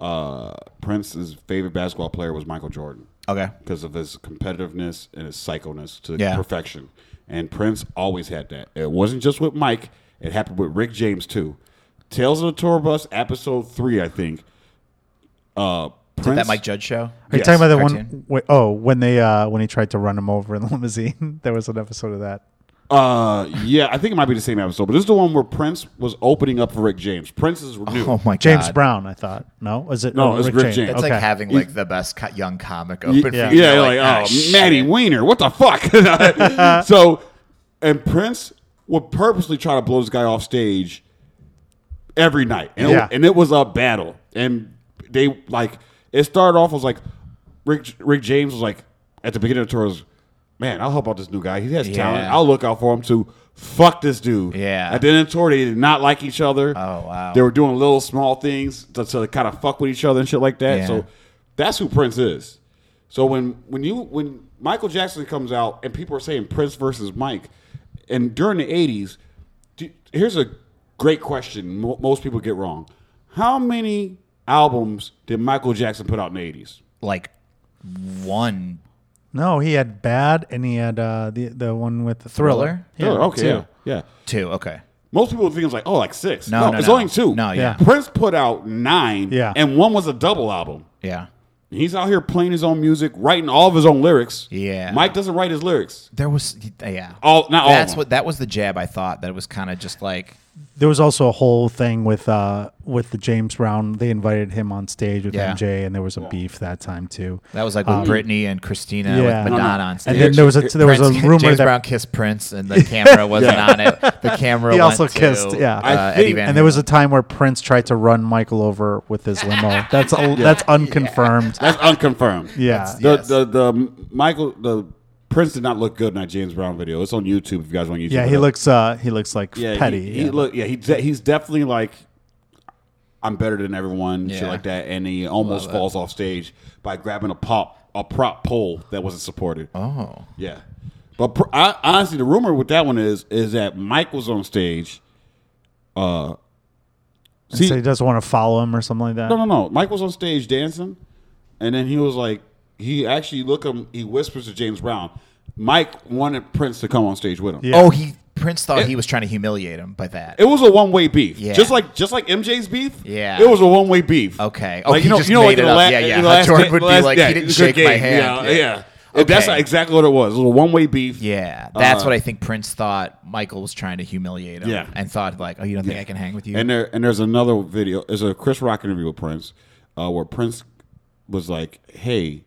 C: uh, Prince's favorite basketball player was Michael Jordan.
A: okay,
C: because of his competitiveness and his psychoness to
A: Yeah.
C: perfection. And Prince always had that. It wasn't just with Mike, it happened with Rick James too. Tales of the Tour Bus, episode three, I think. Uh, Prince,
A: that Mike Judge show.
B: Are you
C: Yes,
B: talking about the
A: cartoon.
B: one? Wait, oh, when they uh, when he tried to run him over in the limousine, there was an episode of that.
C: Uh, yeah, I think it might be the same episode, but this is the one where Prince was opening up for Rick James. Prince is new.
A: Oh my
B: James
A: God.
B: Brown, I thought. No, is it?
C: No,
B: oh,
C: it was Rick James.
A: It's
B: Okay.
A: like having like the best co- young comic open.
C: Y-
A: for
C: Yeah,
A: you.
C: yeah,
B: oh,
A: You're
C: like,
A: "Ah,
C: oh,
A: shit."
C: Maddie Wiener, what the fuck? so, and Prince would purposely try to blow this guy off stage every night. And,
B: Yeah.
C: it, and it was a battle. And they like it started off was like Rick Rick James was like at the beginning of the tour was man, I'll help out this new guy. He has talent.
A: Yeah.
C: I'll look out for him too. Fuck this dude.
A: Yeah.
C: At the end of the tour, they did not like each other.
A: Oh, wow.
C: They were doing little small things to, to kind of fuck with each other and shit like that.
A: Yeah.
C: So that's who Prince is. So when when you when Michael Jackson comes out and people are saying Prince versus Mike, and during the eighties, here's a great question mo- most people get wrong: How many albums did Michael Jackson put out in the eighties?
A: Like one
B: No, he had Bad and he had uh, the the one with the Thriller.
A: Thriller?
B: Yeah,
C: Oh, okay,
B: two.
C: yeah, yeah.
A: two. Okay.
C: Most people think it's like oh, like six.
A: No,
C: No,
A: no,
C: it's
A: no.
C: only two.
A: No, yeah.
B: Yeah.
C: Prince put out nine,
B: Yeah.
C: and one was a double album.
A: Yeah.
C: He's out here playing his own music, writing all of his own lyrics.
A: Yeah.
C: Mike doesn't write his lyrics.
A: There was yeah.
C: All- not all of
A: That's
C: them.
A: what that was the jab I thought that it was kind of just like
B: There was also a whole thing with uh, with the James Brown. They invited him on stage with
A: Yeah.
B: MJ, and there was a beef that time too.
A: that was like with Britney and Christina
B: Um, yeah.
A: with
B: No, no.
A: Madonna on
B: And
A: stage.
B: then there was a- there was a
A: Prince-
B: rumor
A: James
B: that-
A: Brown kissed Prince and the camera wasn't on it. The camera
B: He
A: went
B: also
A: to,
B: kissed, yeah.
A: uh,
C: I
A: Eddie
C: think-
A: Van
B: And there was a
A: Halen.
B: time where Prince tried to run Michael over with his limo. That's a, that's unconfirmed.
C: That's unconfirmed.
B: Yeah.
C: The,
A: Yes.
C: the the Michael the Prince did not look good in that James Brown video. It's on YouTube if you guys want to YouTube.
B: yeah,
C: it
B: he
C: up.
B: looks uh, he looks like
C: yeah,
B: petty.
C: He, he
B: yeah.
C: look yeah, he de- he's definitely like I'm better than everyone, shit
A: Yeah.
C: like that, and he almost falls off stage by grabbing a pop a prop pole that wasn't supported.
A: Oh.
C: Yeah, but pr- I, honestly, the rumor with that one is is that Mike was on stage. Uh, see,
B: so he doesn't want to follow him or something like that.
C: No, no, no. Mike was on stage dancing, and then he was like, he actually look him. He whispers to James Brown. Mike wanted Prince to come on stage with him.
B: Yeah.
A: Oh, he Prince thought he was trying to humiliate him by that.
C: It was a one way beef,
A: Yeah.
C: just like just like MJ's beef.
A: Yeah.
C: it was a one way beef.
A: Okay. Oh, he just made
C: in
A: it
C: the
A: up.
C: la-
A: Yeah,
C: in
A: yeah.
C: the
A: How Jordan would be like, he didn't
C: good
A: shake my hand.
C: Yeah,
A: Yeah.
C: yeah. And That's
A: Okay.
C: exactly what it was. It was a one way beef.
A: yeah, that's
C: Uh,
A: what I think Prince thought Michael was trying to humiliate him.
C: Yeah.
A: and thought like, oh, you don't think I can hang with you?
C: And there and there's another video. There's a Chris Rock interview with Prince, uh, where Prince was like, "Hey,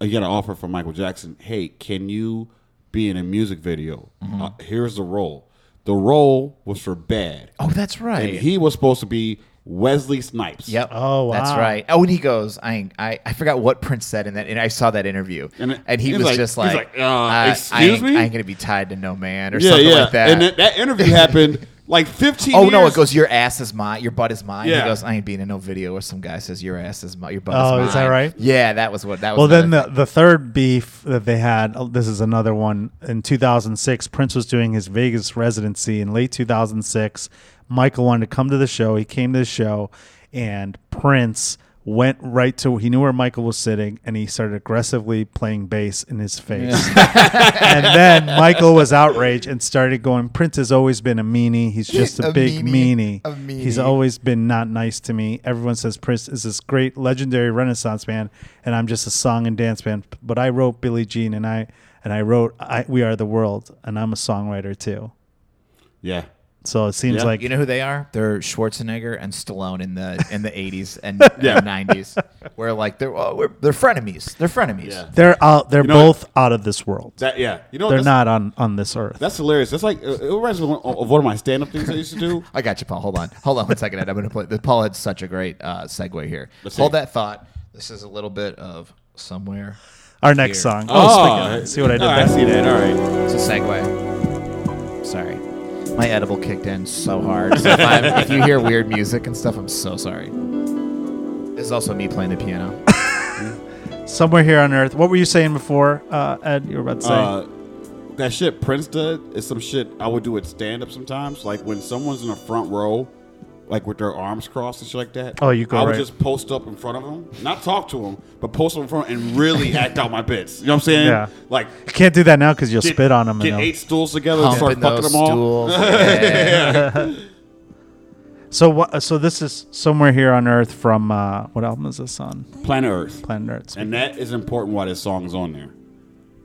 C: I got an offer from Michael Jackson. Hey, can you be in a music video?
A: Mm-hmm.
C: Uh, here's the role. The role was for Bad,
A: oh, that's right.
C: and he was supposed to be Wesley Snipes.
A: Yep.
B: Oh,
A: That's
B: wow.
A: right. Oh, and he goes, I, ain't- I, I forgot what Prince said in that, and I saw that interview,
C: And
A: and,
C: it-
A: he
C: he's
A: was
C: like-
A: just
C: he's
A: like,
C: like, uh,
A: I- I,
C: excuse
A: ain't,
C: me?
A: I ain't gonna be tied to no man or something like that.
C: And that, that interview happened like 15.
A: oh no,
C: years-
A: it goes, your ass is mine, your butt is mine.
C: Yeah.
A: He goes, I ain't being in no video where some guy says your ass is mine, your butt
B: Oh,
A: is mine.
B: is that right?
A: Yeah, that was what that was.
B: Well, then
A: another
B: the, the third beef that they had, oh, this is another one. In 2006, Prince was doing his Vegas residency in late 2006. Michael wanted to come to the show. He came to the show, and Prince went right to, he knew where Michael was sitting, and he started aggressively playing bass in his face. and then Michael was outraged and started going, Prince has always been a meanie. He's just a,
A: A
B: big meanie.
A: meanie. A meanie.
B: He's always been not nice to me. Everyone says Prince is this great legendary renaissance man and I'm just a song and dance man. But I wrote Billie Jean and I and I wrote I, We Are the World and I'm a songwriter too.
C: Yeah.
B: So it seems
C: Yeah.
B: like
A: You know who they are? They're Schwarzenegger and Stallone in the in the eighties and
C: Yeah.
A: nineties, where like they're oh, we're, they're frenemies. They're frenemies.
C: Yeah.
B: they're out they're
C: know
B: both out of this world.
C: That yeah. You know
B: they're
C: that's-
B: not on on this earth.
C: That's hilarious. That's like uh, it reminds me of one- of one of my stand up things I used to do.
A: I got you, Paul. Hold on. Hold on one second. Ed. I'm going to play. the- Paul had such a great uh, segue here.
C: Let's
A: Hold
C: see.
A: that thought. This is a little bit of somewhere.
B: Our next
A: Here.
B: song.
C: Oh,
B: see what I did
C: all
B: there?
C: right, I see that. All right.
A: It's a segue. Sorry. My edible kicked in so hard. So if, I'm, if you hear weird music and stuff, I'm so sorry. This is also me playing the piano.
B: Somewhere here on earth. What were you saying before, uh, Ed? You were about to say.
C: Uh, that shit Prince did is some shit I would do at stand up sometimes. Like when someone's in the front row, like with their arms crossed and shit like that.
B: Oh, you go
C: I would
B: right.
C: just post up in front of them, not talk to them, but post up in front and really act out my bits. You know what I'm saying?
B: Yeah.
C: Like
B: you can't do that now because you'll
C: get-
B: spit on them.
C: Get
B: and they'll-
C: eight stools together and start
A: Pumping those
C: fucking them all.
A: stools. Yeah.
B: So what? So this is somewhere here on Earth from uh, what album is this on?
C: Planet Earth.
B: Planet Earth.
C: And that is important why this song's on there.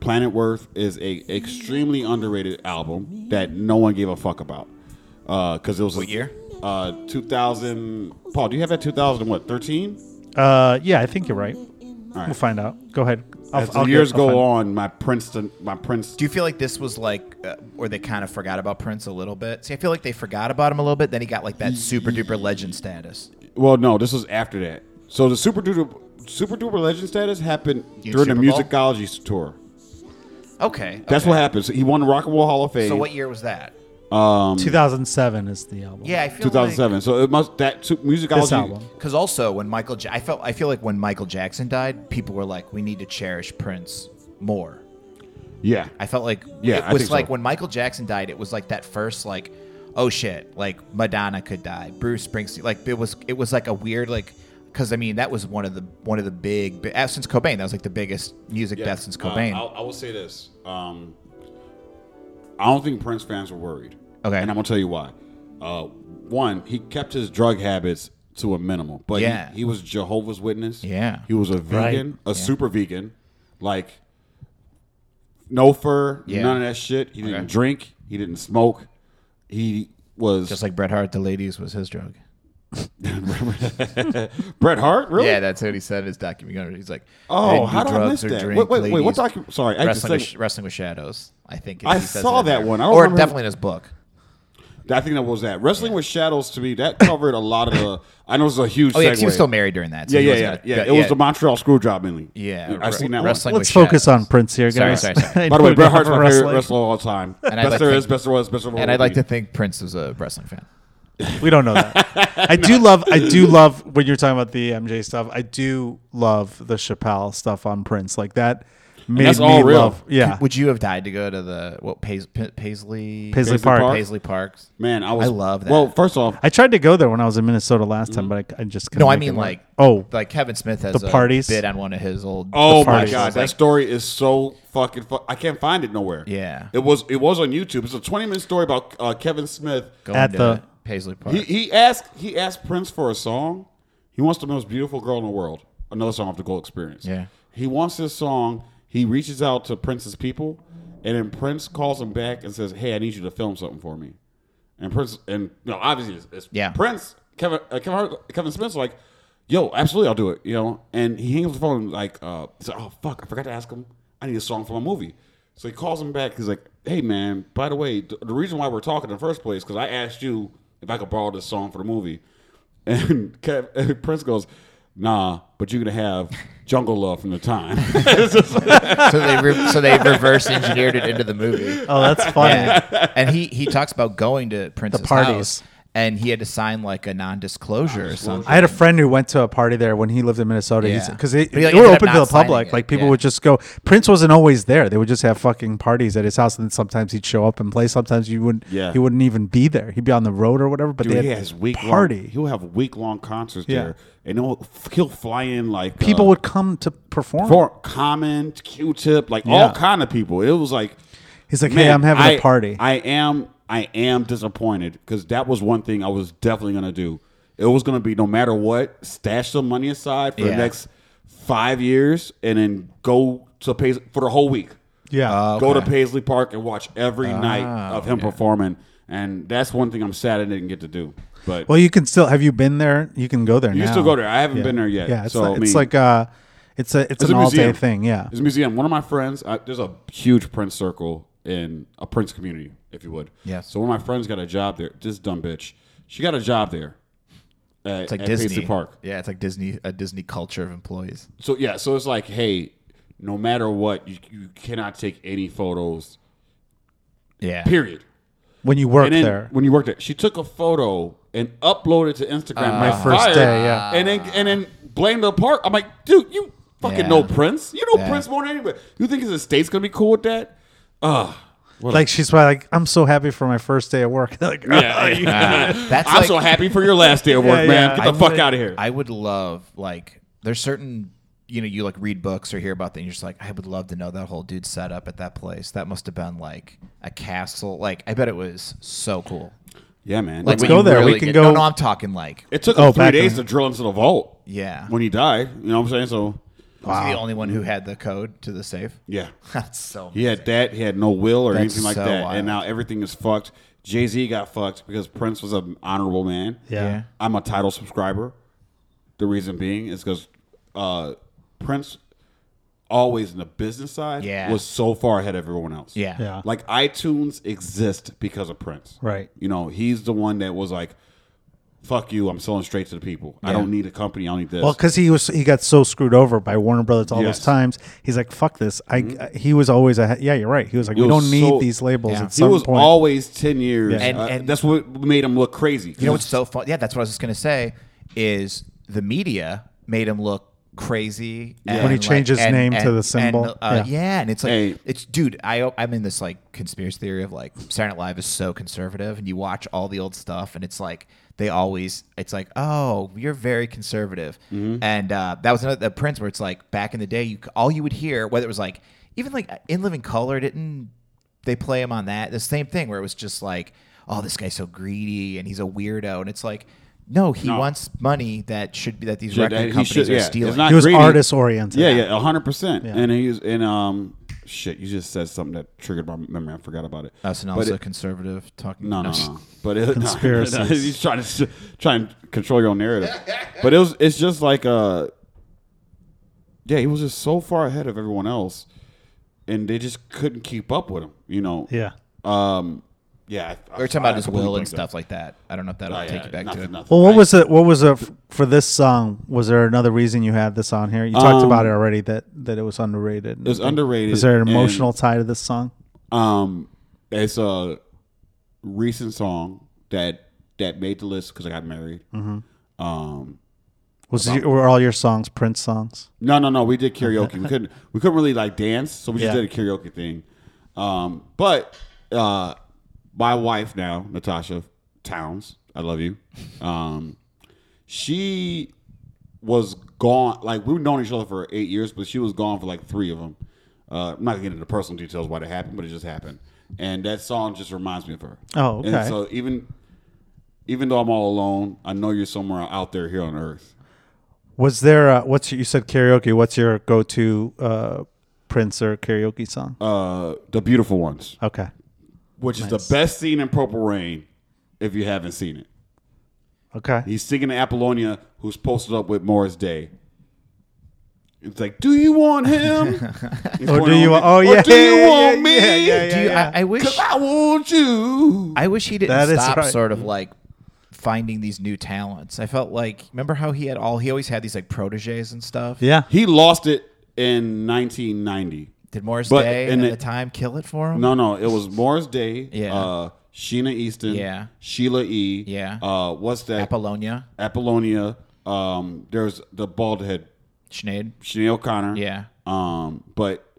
C: Planet Worth is a extremely underrated album that no one gave a fuck about. Because it was
A: What year?
C: Uh, 2000. Paul, do you have that 2000 and what? 13?
B: Uh, yeah, I think you're right. We'll find out. Go ahead. I'll,
C: As the
B: I'll
C: years
B: get- I'll find-
C: go on, my Princeton, my Prince.
A: Do you feel like this was like, uh, or they kind of forgot about Prince a little bit? See, I feel like they forgot about him a little bit. Then he got like that super duper legend status.
C: Well, no, this was after that. So the Super Duper Super Duper Legend status happened
A: You
C: during the
A: Super Bowl?
C: Musicology tour.
A: Okay,
C: That's
A: okay.
C: what happened. So he won the Rock and Roll Hall of Fame.
A: So what year was that?
B: 2007 is the album.
A: Yeah, I feel
C: 2007. so it must that su- musicology.
B: This album.
A: Because also when Michael, ja- I felt I feel like when Michael Jackson died, people were like, we need to cherish Prince more.
C: Yeah.
A: I felt like
C: Yeah, I
A: it was
C: think
A: like
C: so.
A: when Michael Jackson died, it was like that first like, oh shit, like Madonna could die, Bruce Springsteen, like it was it was like a weird like because I mean that was one of the one of the big bi- uh, since Cobain that was like the biggest music death since
C: uh,
A: Cobain.
C: I, will say this. Um, I don't think Prince fans were worried.
A: Okay.
C: And I'm gonna tell you why. Uh, one, he kept his drug habits to a minimum, but he-
A: Yeah.
C: he, was Jehovah's Witness.
A: Yeah.
C: He was a vegan, a super vegan, like no fur,
A: Yeah.
C: none of that shit. He didn't
A: Okay.
C: drink. He didn't smoke. He was
A: Just like Bret Hart, the ladies was his drug.
C: Bret Hart. Really?
A: Yeah, that's what he said in his documentary. He's like,
C: Oh,
A: "I didn't
C: how
A: do
C: did I
A: drugs
C: miss
A: or
C: that?
A: drink,
C: Wait, wait, wait, what
A: ladies."
C: docu- sorry, I just
A: wrestling, with,
C: said-
A: Sh- wrestling with shadows. I think
C: I
A: he says
C: saw
A: in there.
C: that one. I don't
A: or
C: remember-
A: definitely in his book.
C: I think that was that. Wrestling with Shadows to me that covered a lot of the. I know it's a huge.
A: Oh yeah, 'cause
C: segue.
A: he was still married during that. so
C: Yeah,
A: he
C: yeah,
A: wasn't
C: yeah,
A: gonna-
C: yeah. It was
A: yeah.
C: the Montreal Screwjob mainly.
A: Yeah,
C: I seen that
A: wrestling
C: one.
B: Let's
A: with
B: focus
A: shadows.
B: on Prince here,
A: Sorry,
B: guys.
A: sorry, sorry.
B: I
C: By the way,
B: know
C: Bret
B: you
C: Hart's
B: have a
C: my favorite
B: wrestler.
C: wrestler of all time.
A: And I'd
C: best
A: like
C: there
A: to-
C: is, best there was, best there will
A: And I'd like
C: be.
A: to think Prince was a wrestling fan.
B: We don't know that. I do love. I do love when you're talking about the MJ stuff. I do love the Chappelle stuff on Prince. Like that made
C: that's
B: me
C: all real.
B: love. Yeah,
A: Would you have died to go to the what Pais- P- Paisley
B: Paisley,
C: Paisley
B: Park.
C: Park?
A: Paisley Parks?
C: Man, I was.
A: I love that.
C: Well, first off,
B: I tried to go there when I was in Minnesota last time, but I, I just
A: Mm-hmm.
B: couldn't
A: no, I
B: make it
A: mean
B: work.
A: like
B: oh,
A: like Kevin Smith has
B: The
A: a
B: parties?
A: bit on one of his old.
C: oh my
B: parties.
C: god, that story is so fucking. Fu- I can't find it nowhere.
A: Yeah.
C: it was. It was on YouTube. It's a twenty-minute story about uh, Kevin Smith.
A: go
B: at
A: to
B: the-
A: Paisley Park.
C: He he asked he asked Prince for a song. He wants the most beautiful girl in the world. Another song off the Gold Experience.
A: Yeah.
C: He wants this song. He reaches out to Prince's people, and then Prince calls him back and says, "Hey, I need you to film something for me." And Prince and no, obviously it's, it's
A: Yeah.
C: Prince Kevin uh, Kevin, Hart- Kevin Smith's like, "Yo, absolutely, I'll do it." You know, and he hangs up the phone like, uh, he's like, "Oh fuck, I forgot to ask him. I need a song for my movie." So he calls him back. He's like, "Hey man, by the way, th- the reason why we're talking in the first place because I asked you if I could borrow this song for the movie." And Kev, and Prince goes, "Nah, but you're gonna have Jungle Love from the time." It's just like-
A: so they re- so they reverse engineered it into the movie.
B: oh, that's funny.
A: Yeah. and he he talks about going to Prince's
B: parties.
A: house, and he had to sign like a non-disclosure or something.
B: I had a friend who went to a party there when he lived in Minnesota.
A: Yeah.
B: He's because it,
A: But he, like,
B: it were
A: ended up
B: open to
A: not
B: the
A: signing
B: public.
A: it.
B: Like people
A: Yeah.
B: would just go. Prince wasn't always there. They would just have fucking parties at his house, and sometimes he'd show up and play. Sometimes you wouldn't.
C: Yeah.
B: He wouldn't even be there. He'd be on the road or whatever. But
C: Dude,
B: they
C: he
B: had
C: has week Long,
B: party.
C: he'll have week long concerts
B: Yeah.
C: there, and he'll he'll fly in like
B: people
C: uh,
B: would come to perform.
C: for Common, Q-Tip, like
B: Yeah.
C: all kind of people. It was like,
B: He's like, hey, I'm having
C: a
B: a party.
C: I am, I am disappointed because that was one thing I was definitely gonna do. It was gonna be no matter what, stash some money aside for
A: Yeah.
C: the next five years, and then go to Pais- for the whole week.
B: yeah.
C: Go to Paisley Park and watch every
B: Ah,
C: night of him performing, and that's one thing I'm sad I didn't get to do. But
B: well, you can still. Have you been there? You can go there.
C: You
B: now.
C: can still go there. I haven't
B: Yeah.
C: been there yet.
B: Yeah. It's
C: So,
B: like,
C: I
B: it's
C: mean-
B: like uh, it's a it's
C: It's
B: an
C: a
B: all day
C: museum.
B: thing. Yeah.
C: it's a museum. One of my friends, I, there's a huge Prince circle in a Prince community, if you would.
A: Yes.
C: So one of my friends got a job there. This dumb bitch, she got a job there. At,
A: It's like
C: at
A: Disney
C: Paisley Park.
A: Yeah, it's like Disney a Disney culture of employees.
C: So yeah, so it's like, hey, no matter what, you, you cannot take any photos.
A: Yeah.
C: Period.
B: When you work
C: And then
B: there.
C: when you worked there, she took a photo and uploaded it to Instagram.
B: My
C: got
B: first
C: fired,
B: day, yeah.
C: And then and then blamed the park. I'm like, dude, you fucking
A: Yeah.
C: know Prince. You know
A: Yeah.
C: Prince more than anybody. You think his estate's gonna be cool with that? Ugh.
B: Like she's probably like, I'm so happy for my first day at work. like,
C: Yeah,
A: That's
C: I'm
A: like-
C: so happy for your last day of work,
B: Yeah,
C: man.
B: yeah.
C: Get the
A: I
C: fuck
A: would-
C: out of here.
A: I would love like there's certain you know you like read books or hear about things. You're just like I would love to know that whole dude set up at that place. That must have been like a castle. Like I bet it was so cool.
C: yeah, man.
A: Like
C: Like,
A: when
B: go
A: you
B: there. We can
A: get-
B: go-
A: No, no, I'm talking like
C: it took
B: Oh,
C: him three
B: back
C: days
B: in-
C: to drill into the vault.
A: Yeah.
C: When he died, you know what I'm saying? So,
A: was he the only one who had the code to the safe?
C: yeah.
A: That's so.
C: He had that. He had no will or
A: That's
C: anything like
A: so
C: that.
A: wild.
C: And now everything is fucked. Jay Z got fucked because Prince was an honorable man.
B: yeah.
C: I'm a title subscriber. The reason being is because uh, Prince always in the business side
A: Yeah.
C: was so far ahead of everyone else.
A: Yeah.
B: Yeah.
C: Like iTunes exists because of Prince.
B: Right.
C: You know, he's the one that was like, fuck you, I'm selling straight to the people. I
A: Yeah.
C: don't need a company, I don't need this.
B: Well, because he was he got so screwed over by Warner Brothers all
C: Yes.
B: those times. He's like, "Fuck this!" I, I- he was always a yeah. You're right. He was like,
C: It
B: "We
C: was
B: don't need
C: so-
B: these labels."
A: Yeah.
B: At
C: he
B: some
C: was
B: point,
C: always 10 years.
B: Yeah.
A: And-
C: uh,
A: and-
C: that's what made him look crazy.
A: You know what's so fun? Yeah, that's what I was just gonna say. Is the media made him look crazy
B: When he changed his
A: and-
B: name to
A: and-
B: the
A: and,
B: symbol.
A: uh, yeah.
B: Yeah.
A: and it's like
C: Hey.
A: it's dude. I I'm in this like conspiracy theory of like Saturday Night Live is so conservative, and you watch all the old stuff, and it's like they always it's like oh you're very conservative,
C: Mm-hmm.
A: and uh, that was another the Prince where it's like back in the day you c- all you would hear whether it was like even like uh, In Living Color didn't they play him on that the same thing where it was just like oh this guy's so greedy and he's a weirdo and it's like no he
C: No.
A: wants money that should be that these
C: Should-
A: record
C: that he
A: companies
C: should-
A: are
C: yeah, it's
A: stealing
C: not
B: he was
C: greedy.
B: artist oriented.
C: Yeah, yeah, hundred percent. And he's and um, shit. You just said something that triggered my memory. I forgot about it.
A: us and
C: But
A: also
C: it-
A: conservative talking
C: no, no, no. But it,
B: Conspiracies.
C: No, he's trying to try and control your own narrative. But it was it's just like uh, yeah, he was just so far ahead of everyone else, and they just couldn't keep up with him. You know.
B: yeah.
C: Um. Yeah. I- I-
A: we were talking about
C: I
A: his
C: completely
A: will and
C: blanked out.
A: stuff like that I don't know if that'll
C: Oh,
A: take
C: yeah,
A: you back
C: nothing,
A: to it
C: nothing.
B: Well, what
C: I-
B: was it? What was it f- for this song? Was there another reason you had this on here? You talked
C: Um,
B: about it already that that it was underrated. It
C: was underrated,
B: Is there an
C: and-
B: emotional tie to this song?
C: Um, it's a recent song that that made the list because I got married. Um.
B: Was your, were all your songs Prince songs?
C: No, no, no. We did karaoke. we couldn't. We couldn't really like dance, so we just
B: Yeah.
C: did a karaoke thing. Um, but uh, my wife now, Natasha Towns, I love you. Um, she was gone. Like we've known each other for eight years, but she was gone for like three of them. Uh, I'm not gonna get into the personal details why that happened, but it just happened. And that song just reminds me of her.
B: Oh,
C: And
B: okay.
C: so even even though I'm all alone, I know you're somewhere out there here on Earth.
B: Was there? A, what's your, you said karaoke? What's your go-to uh, Prince or karaoke song?
C: Uh, the beautiful ones.
B: okay.
C: which is the best scene in Purple Rain if you haven't seen it.
B: Okay.
C: He's singing to Apollonia, who's posted up with Morris Day. It's like, do you want him? He's
B: Or do
C: going
B: you
C: on,
B: want? Oh yeah.
C: Or do you
B: yeah,
C: want
B: yeah,
C: me?
B: Yeah, yeah, yeah,
A: Do you,
B: yeah.
A: I, I wish
C: Cause I want you.
A: I wish he didn't
B: That is
A: stop
B: right.
A: sort of like finding these new talents I felt like remember how he had all he always had these like proteges and stuff
B: yeah.
C: he lost it in 1990.
A: did Morris
C: But-
A: Day
C: and
A: and
C: it-
A: at the time kill it for him
C: No, no, it was Morris Day.
A: Yeah.
C: Uh, Sheena Easton.
A: Yeah.
C: Sheila E.
A: Yeah.
C: Uh, what's that?
A: Apollonia
C: Apollonia. Um, there's the bald head
A: Sinead
C: Sinead O'Connor.
A: Yeah.
C: Um, but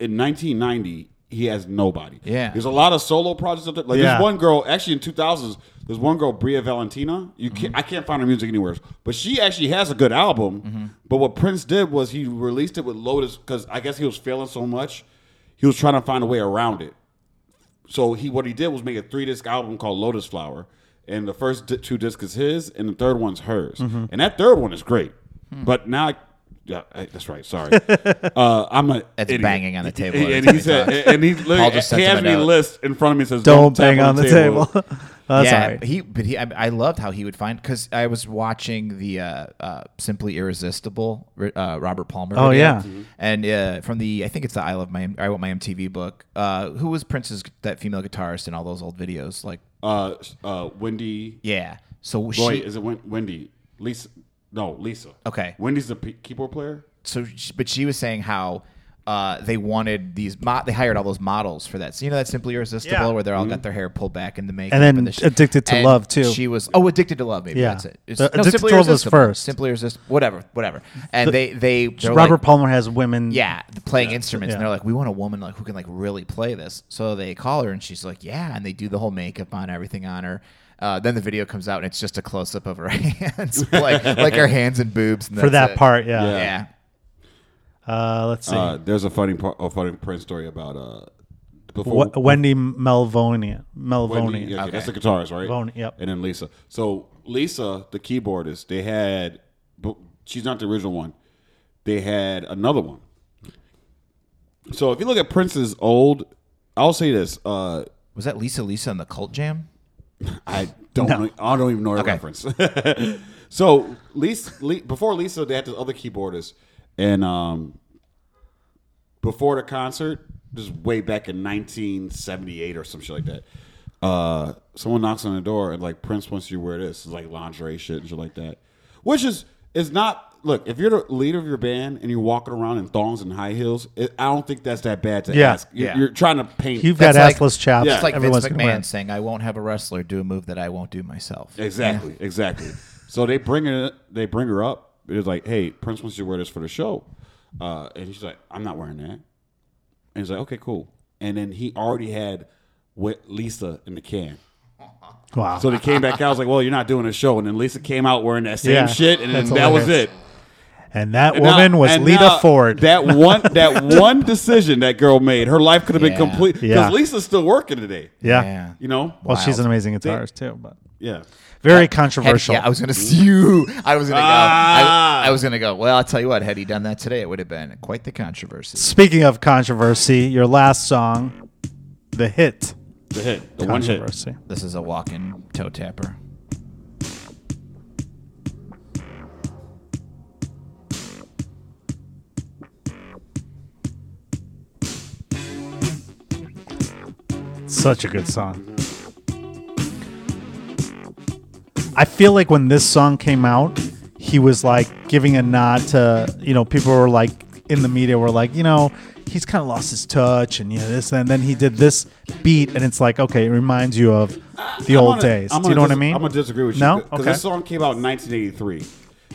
C: in 1990, he has nobody.
A: Yeah.
C: There's a lot of solo projects up there. Like
B: Yeah.
C: there's one girl, actually in 2000s, there's one girl, Bria Valentina. You can't, I can't find her music anywhere, but she actually has a good album. But what Prince did was he released it with Lotus because I guess he was failing so much, he was trying to find a way around it. So he what he did was make a three disc album called Lotus Flower, and the first di- two discs is his, and the third one's hers,
B: Mm-hmm.
C: and that third one is great.
B: Mm.
C: But now, I, yeah, I- that's right. Sorry, uh, I'm a
A: That's
C: idiot.
A: banging on the table
C: And,
A: every
C: and
A: time
C: he
A: he
C: said,
A: talks.
C: and he
A: Paul
C: literally
A: just
C: he
A: sent
C: has
A: him
C: me
A: a
C: a
A: note.
C: list in front of me that says
B: Don't
C: tap
B: bang on the table. That's
A: yeah,
B: all right.
A: he but he I, I loved how he would find because I was watching the uh, uh, simply irresistible uh, Robert Palmer.
B: Oh,
A: video.
B: yeah. Mhm.
A: and uh, from the I think it's the I love my I want my MTV book. Uh, who was Prince's that female guitarist in all those old videos? Like
C: Uh, uh, Wendy.
A: yeah, so
C: Boy,
A: she
C: is it Wen- Wendy? Lisa? No, Lisa.
A: Okay.
C: Wendy's the pe- keyboard player.
A: so she, but she was saying how. Uh, they wanted these. Mo- they hired all those models for that. So you know that simply irresistible,
B: Yeah.
A: where they all got their hair pulled back in the makeup,
B: And then
A: the sh-
B: Addicted to
A: and
B: Love, too.
A: She was oh, addicted to love. Maybe
B: Yeah.
A: that's it. It's,
B: The
A: no,
B: Addicted
A: simply
B: to Love was
A: irresistible.
B: first.
A: Simply irresistible. Whatever, whatever. And they they they're
B: Robert
A: like,
B: Palmer has women.
A: yeah the playing instruments and
B: yeah.
A: they're like we want a woman like who can like really play this so they call her and she's like yeah and they do the whole makeup on everything on her uh, then the video comes out and it's just a close up of her hands like like her hands and boobs and
B: for
A: that's
B: that
A: it.
B: part. Yeah.
C: Yeah.
A: yeah
B: Uh, let's see.
C: Uh, there's a funny part, a funny Prince story about uh before
B: W- Wendy Melvonia.
C: Wendy,
B: Melvonia.
C: okay, that's the guitarist, right?
B: Voney, yep.
C: And then Lisa. So Lisa, the keyboardist, they had, but she's not the original one. They had another one. So if you look at Prince's old, I'll say this. Uh,
A: was that Lisa Lisa and the Cult Jam
C: I don't. know- I don't even know her
A: Okay.
C: reference. so Lisa, Le, before Lisa, they had this other keyboardist, and um, before the concert, this is way back in 1978 or some shit like that. Uh, someone knocks on the door and like Prince wants you to wear this, it's like lingerie shit and shit like that, which is is not. Look, if you're the leader of your band and you're walking around in thongs and high heels, it, I don't think that's that bad to
B: Yeah.
C: ask. You're,
A: Yeah.
C: you're trying to paint.
B: You've
A: That's
B: got
A: like-
B: assless chops.
C: Yeah.
A: It's like
B: Everyone's
A: Vince
B: gonna wear
A: McMahon
B: it.
A: saying, "I won't have a wrestler do a move that I won't do myself."
C: Exactly, exactly. So they bring her, they bring her up. It was like, hey, Prince wants you to wear this for the show, uh, and she's like, I'm not wearing that. And he's like, okay, cool. And then he already had wet Lisa in the can.
B: Wow.
C: So they came back out. I was like, well, you're not doing a show. And then Lisa came out wearing that same
B: Yeah,
C: shit, and then
B: that's
C: that was it.
B: hilarious. and that
C: And
B: woman
C: now-
B: was
C: and
B: Lita
C: now
B: Ford.
C: That one, that one decision that girl made, her life could have
A: Yeah.
C: been complete because
B: Yeah.
C: Lisa's still working today.
B: yeah.
A: Yeah.
C: You know,
B: Well, she's
A: Wild.
B: an amazing guitarist too, but
C: yeah.
B: very
A: Had-
B: controversial.
A: yeah, I was gonna see you. I was gonna go.
C: Ah.
A: I, I was gonna go. Well, I'll tell you what. Had he done that today, it would have been quite the controversy.
B: Speaking of controversy, your last song, the hit
C: The hit, the one hit.
B: controversy.
A: This is a walking toe tapper.
B: Such a good song. I feel like when this song came out, he was like giving a nod to, you know, people were like in the media were like, you know, he's kind of lost his touch and you know this and then he did this beat and it's like, okay, it reminds you of the
C: I'm
B: old
C: gonna-
B: days.
C: I'm
B: Do you
C: gonna
B: know what I
C: dis-
B: mean?
C: I'm gonna disagree with you.
B: No?
C: because
B: Okay.
C: this song came out in 1983.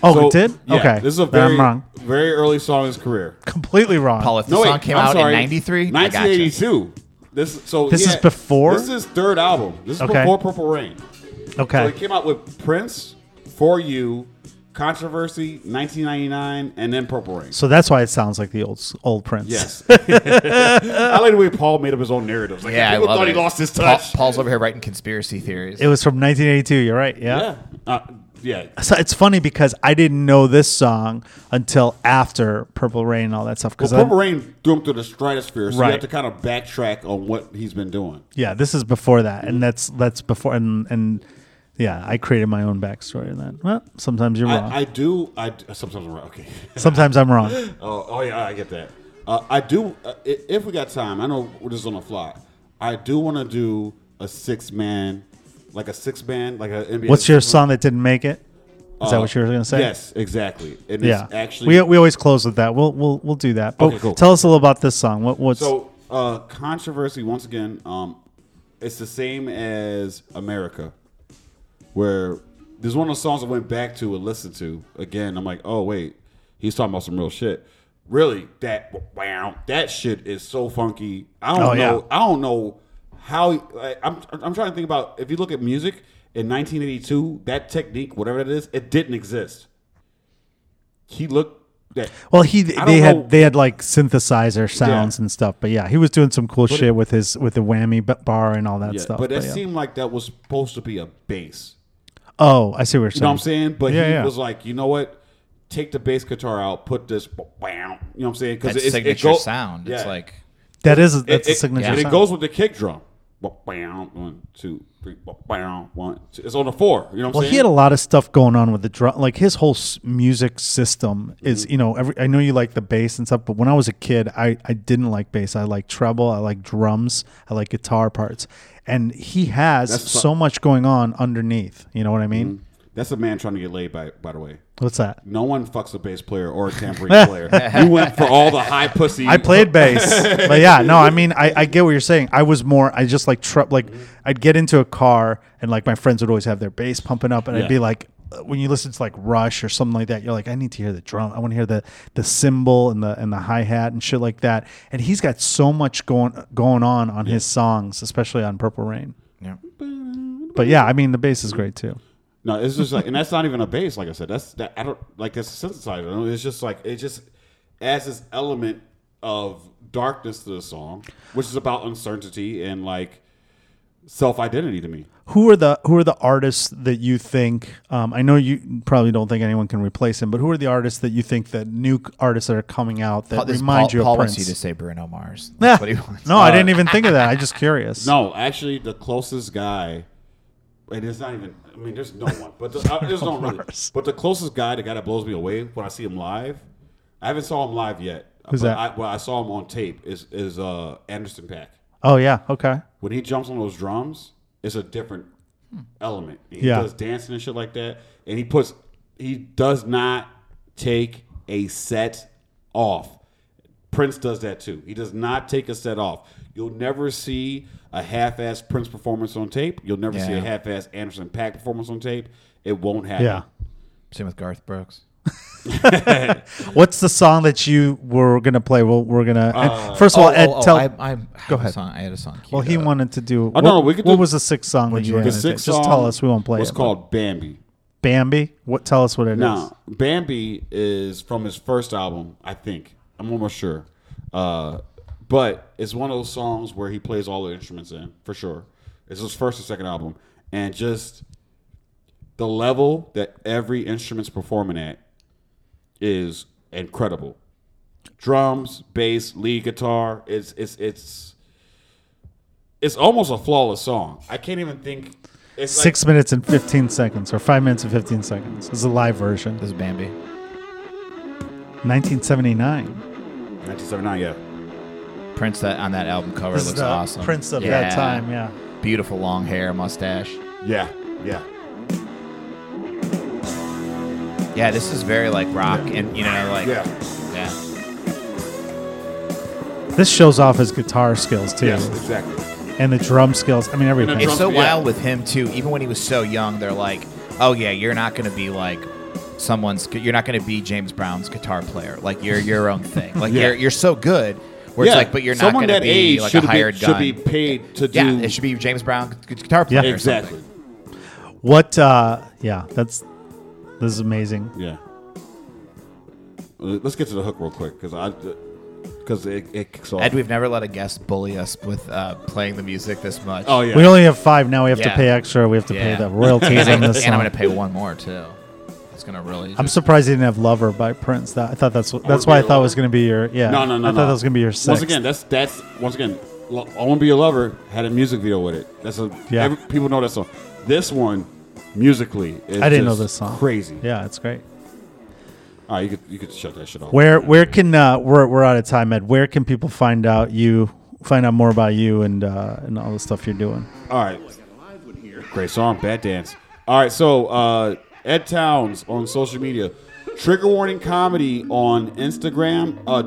B: Oh, it did?
C: yeah,
B: Okay.
C: this is a
B: Then I'm
C: very
B: wrong.
C: very early song in his career.
B: Completely wrong.
A: Paul, if the
C: wait,
A: song came
C: I'm
A: out
C: sorry,
A: in '93,
C: 1982. This so
B: This is
C: yeah,
B: before?
C: This is third album. This is
B: Okay.
C: before Purple Rain. So
B: okay.
C: it came out with Prince, For You, Controversy, 1999, and then Purple Rain.
B: so that's why it sounds like the old old Prince.
C: Yes, I like the way Paul made up his own narratives. Like,
A: Yeah, I
C: people
A: love
C: thought he
A: it.
C: lost his
A: Paul-
C: touch.
A: Paul's over here writing conspiracy theories.
B: It was from 1982. You're right. Yeah.
C: yeah, uh, yeah.
B: So it's funny because I didn't know this song until after Purple Rain and all that stuff.
C: Well,
B: Because
C: Purple Rain threw him through the stratosphere, so you have
B: Right.
C: to kind of backtrack on what he's been doing.
B: yeah, this is before that,
C: Mm-hmm.
B: and that's that's before and and yeah, I created my own backstory in that. Well, sometimes you're wrong.
C: I, I do. I d- sometimes I'm wrong. Okay.
B: sometimes I'm wrong.
C: Oh, oh yeah, I get that. Uh, I do. Uh, i- if we got time, I know we're just on the fly. I do want to do a six man, like a six man, like a NBA.
B: What's your
C: six-man.
B: song that didn't make it? Is that
C: Uh,
B: what you were going to say?
C: Yes, exactly. And
B: Yeah.
C: it's actually
B: we, we always close with that. We'll we'll we'll do that. But
C: Okay, cool.
B: tell us a little about this song. What what's
C: So, uh, controversy once again. Um, it's the same as America, where there's one of the songs I went back to and listened to again. I'm like, oh wait, he's talking about some real shit. Really, that wow, that shit is so funky. I don't
B: Oh,
C: know.
B: yeah.
C: I don't know how. Like, I'm I'm trying to think about if you look at music in 1982, that technique, whatever that is, it didn't exist. He looked. That,
B: Well, he
C: I
B: they
C: don't
B: had
C: know.
B: they had like synthesizer sounds and stuff, but yeah, he was doing some cool shit with his with the whammy b- bar and all that
C: Yeah,
B: stuff.
C: but it
B: yeah.
C: seemed like that was supposed to be a bass.
B: oh, I see what you're
C: You
B: saying.
C: know what I'm saying? But
B: Yeah,
C: he
B: yeah.
C: was like, you know what? Take the bass guitar out, put this, you know what I'm saying?
A: That
C: it's-
A: signature
C: go-
A: sound. It's
C: yeah.
A: like
B: That is that's
C: it,
B: a signature.
C: it, and it
B: sound.
C: goes with the kick drum. One, two, three, one, two. It's on the four. You know what I'm
B: well,
C: saying?
B: he had a lot of stuff going on with the drum. Like his whole s- music system
C: Mm-hmm.
B: is, you know, every, I know you like the bass and stuff, but when I was a kid, I, I didn't like bass. I like treble, I like drums, I like guitar parts. And he has
C: That's Mm-hmm. fu-
B: so much going on underneath. You know what I mean?
C: That's a man trying to get laid, by, by the way.
B: What's that?
C: No one fucks a bass player or a tambourine player. You went for all the high pussy.
B: I played bass, but yeah, no, I mean, I, I get what you're saying. I was more, I just like trip, like I'd get into a car and like my friends would always have their bass pumping up, and
C: Yeah.
B: I'd be like, uh, when you listen to like Rush or something like that, you're like, I need to hear the drum, I want to hear the the cymbal and the and the hi hat and shit like that. And he's got so much going going on on his songs, especially on Purple Rain.
A: yeah.
B: But yeah, I mean, the bass is great too.
C: No, it's just like, and that's not even a bass. Like I said, that's that. I don't like that's a synthesizer. you know? It's just like it just adds this element of darkness to the song, which is about uncertainty and like self identity to me.
B: Who are the who are the artists that you think? Um, I know you probably don't think anyone can replace him, but who are the artists that you think that new c- artists that are coming out that
A: Paul, this
B: remind
A: Paul,
B: you of
A: Paul
B: Prince?
A: wants you to say Bruno Mars.
B: Yeah.
A: That's what he wants.
B: No, I didn't even think of that. I'm just curious.
C: Uh, No, actually, the closest guy, and it's not even. I mean, there's no one, but the, uh, there's no really.
B: Mars.
C: But the closest guy, the guy that blows me away when I see him live, I haven't saw him live yet.
B: Who's
C: But
B: that?
C: I, well, I saw him on tape. Is is uh, Anderson Pack
B: Oh yeah. Okay.
C: when he jumps on those drums? It's a different element. He
B: Yeah.
C: does dancing and shit like that, and he puts he does not take a set off. Prince does that too. He does not take a set off. You'll never see a half-ass Prince performance on tape. You'll never see
A: Yeah.
C: a half-ass Anderson Pack performance on tape. It won't happen.
B: Yeah.
A: Same with Garth Brooks.
B: What's the song that you were gonna play? Well, we're gonna. and
C: Uh,
B: first of
C: oh,
B: all, Ed, tell.
A: Oh, I, I have
B: Go
A: a
B: ahead.
A: song. I had a song.
B: well,
A: queued
B: he
A: up.
B: wanted to do.
C: Oh,
B: What,
C: no, we could
B: what
C: do-
B: was the sixth song that you wanted?
C: The
B: to do?
C: sixth
B: Just tell us. We won't play
C: What's
B: it. but-
C: called Bambi.
B: Bambi. What? Tell us what it is.
C: No, Bambi is from his first album, I think. I'm almost sure. Uh, but it's one of those songs where he plays all the instruments in, for sure. It's his first and second album. And just the level that every instrument's performing at is incredible. Drums, bass, lead guitar. It's it's it's it's almost a flawless song. I can't even think it's like-
B: Six minutes and fifteen seconds, or five minutes and fifteen seconds. This is a live version.
A: This is Bambi.
B: 1979.
C: 1979, yeah.
A: Prince that on that album cover
B: This is
A: looks
B: the
A: awesome.
B: Prince of that
A: Yeah.
B: time. Yeah.
A: Beautiful long hair, mustache.
C: Yeah, yeah.
A: Yeah, this is very like rock and you know like
C: Yeah.
A: yeah.
B: This shows off his guitar skills too,
C: Yes, exactly.
B: and the drum skills. I mean everything.
C: drum-
A: It's so
C: Yeah.
A: wild with him too. Even when he was so young, they're like, "Oh yeah, you're not gonna be like someone's. You're not gonna be James Brown's guitar player. Like you're your own thing. Like
C: Yeah.
A: you're you're so good. Where it's like, but you're not
C: Someone
A: gonna
C: that
A: be
C: age
A: like a
C: should be-
A: hired
C: should
A: gun.
C: be paid to do.
A: yeah, it should be James Brown gu- guitar player.
B: Yeah.
A: or something.
C: exactly.
B: What? uh Yeah, that's this is amazing.
C: Yeah. Uh, Let's get to the hook real quick because I because it, it kicks off.
A: Ed, we've never let a guest bully us with uh, playing the music this much.
C: oh yeah.
B: We only have five now. We have to
A: Yeah.
B: pay extra. We have to
A: Yeah.
B: pay the royalties
A: and, I,
B: on this
A: am
B: song.
A: gonna pay one more too. That's gonna really.
B: I'm
A: just-
B: surprised you didn't have "Lover" by Prince. That I thought that's what, that's
C: Wanna
B: why I
C: Be a
B: thought was
C: Lover?
B: going to be your yeah.
C: Oh, no, no, no.
B: I
C: no.
B: thought that was going to be your sixth.
C: Once again, that's that's once again. Lo- I want to be your lover had a music video with it. That's a
B: Yeah.
C: every- people know that song. This one musically, is
B: I didn't know
C: just
B: this song.
C: Crazy.
B: Yeah, it's great.
C: All right, you could you could shut that shit off.
B: Where where can uh, we're we're out of time, Ed? Where can people find out you find out more about you and uh, and all the stuff you're doing?
C: All right. Great song, bad dance. All right, so uh, Ed Towns on social media. Trigger Warning Comedy on Instagram. Uh,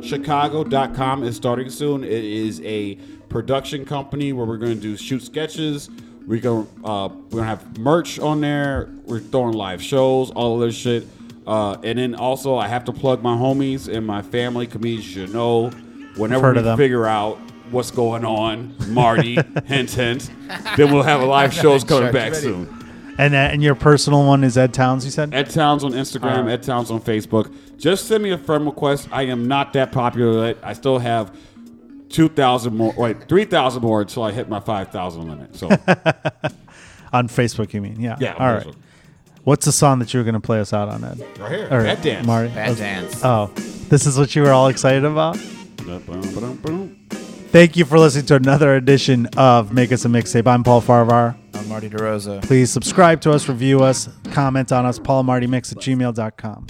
C: TriggerWarningChicago.com is starting soon. It is a production company where we're going to do shoot sketches. We're going uh, we're gonna have merch on there. We're throwing live shows, all of this shit. Uh, and then also, I have to plug my homies and my family, comedians you know. Whenever
B: heard
C: we
B: of them.
C: figure figure out what's going on, Marty, hint, hint. Then we'll have a live shows coming
A: Sure.
C: back
A: Ready.
C: soon.
B: And uh, and your personal one is Ed Towns. You said
C: Ed Towns on Instagram, Ed Towns on Facebook. Just send me a friend request. I am not that popular yet. I still have 2,000 more, wait, 3,000 more until I hit my 5,000 limit. So,
B: on Facebook. You mean yeah?
C: yeah.
B: All right. What's the song that you were going to play us out on, Ed?
C: Right here.
B: Or
C: Bad dance.
B: Mari?
A: Bad dance.
B: Oh, this is what you were all excited about.
C: Ba-dum-ba-dum-ba-dum.
B: Thank you for listening to another edition of Make Us a Mixtape. I'm Paul Farvar.
A: I'm Marty DeRosa.
B: Please subscribe to us, review us, comment on us, paulmartymix at gmail.com.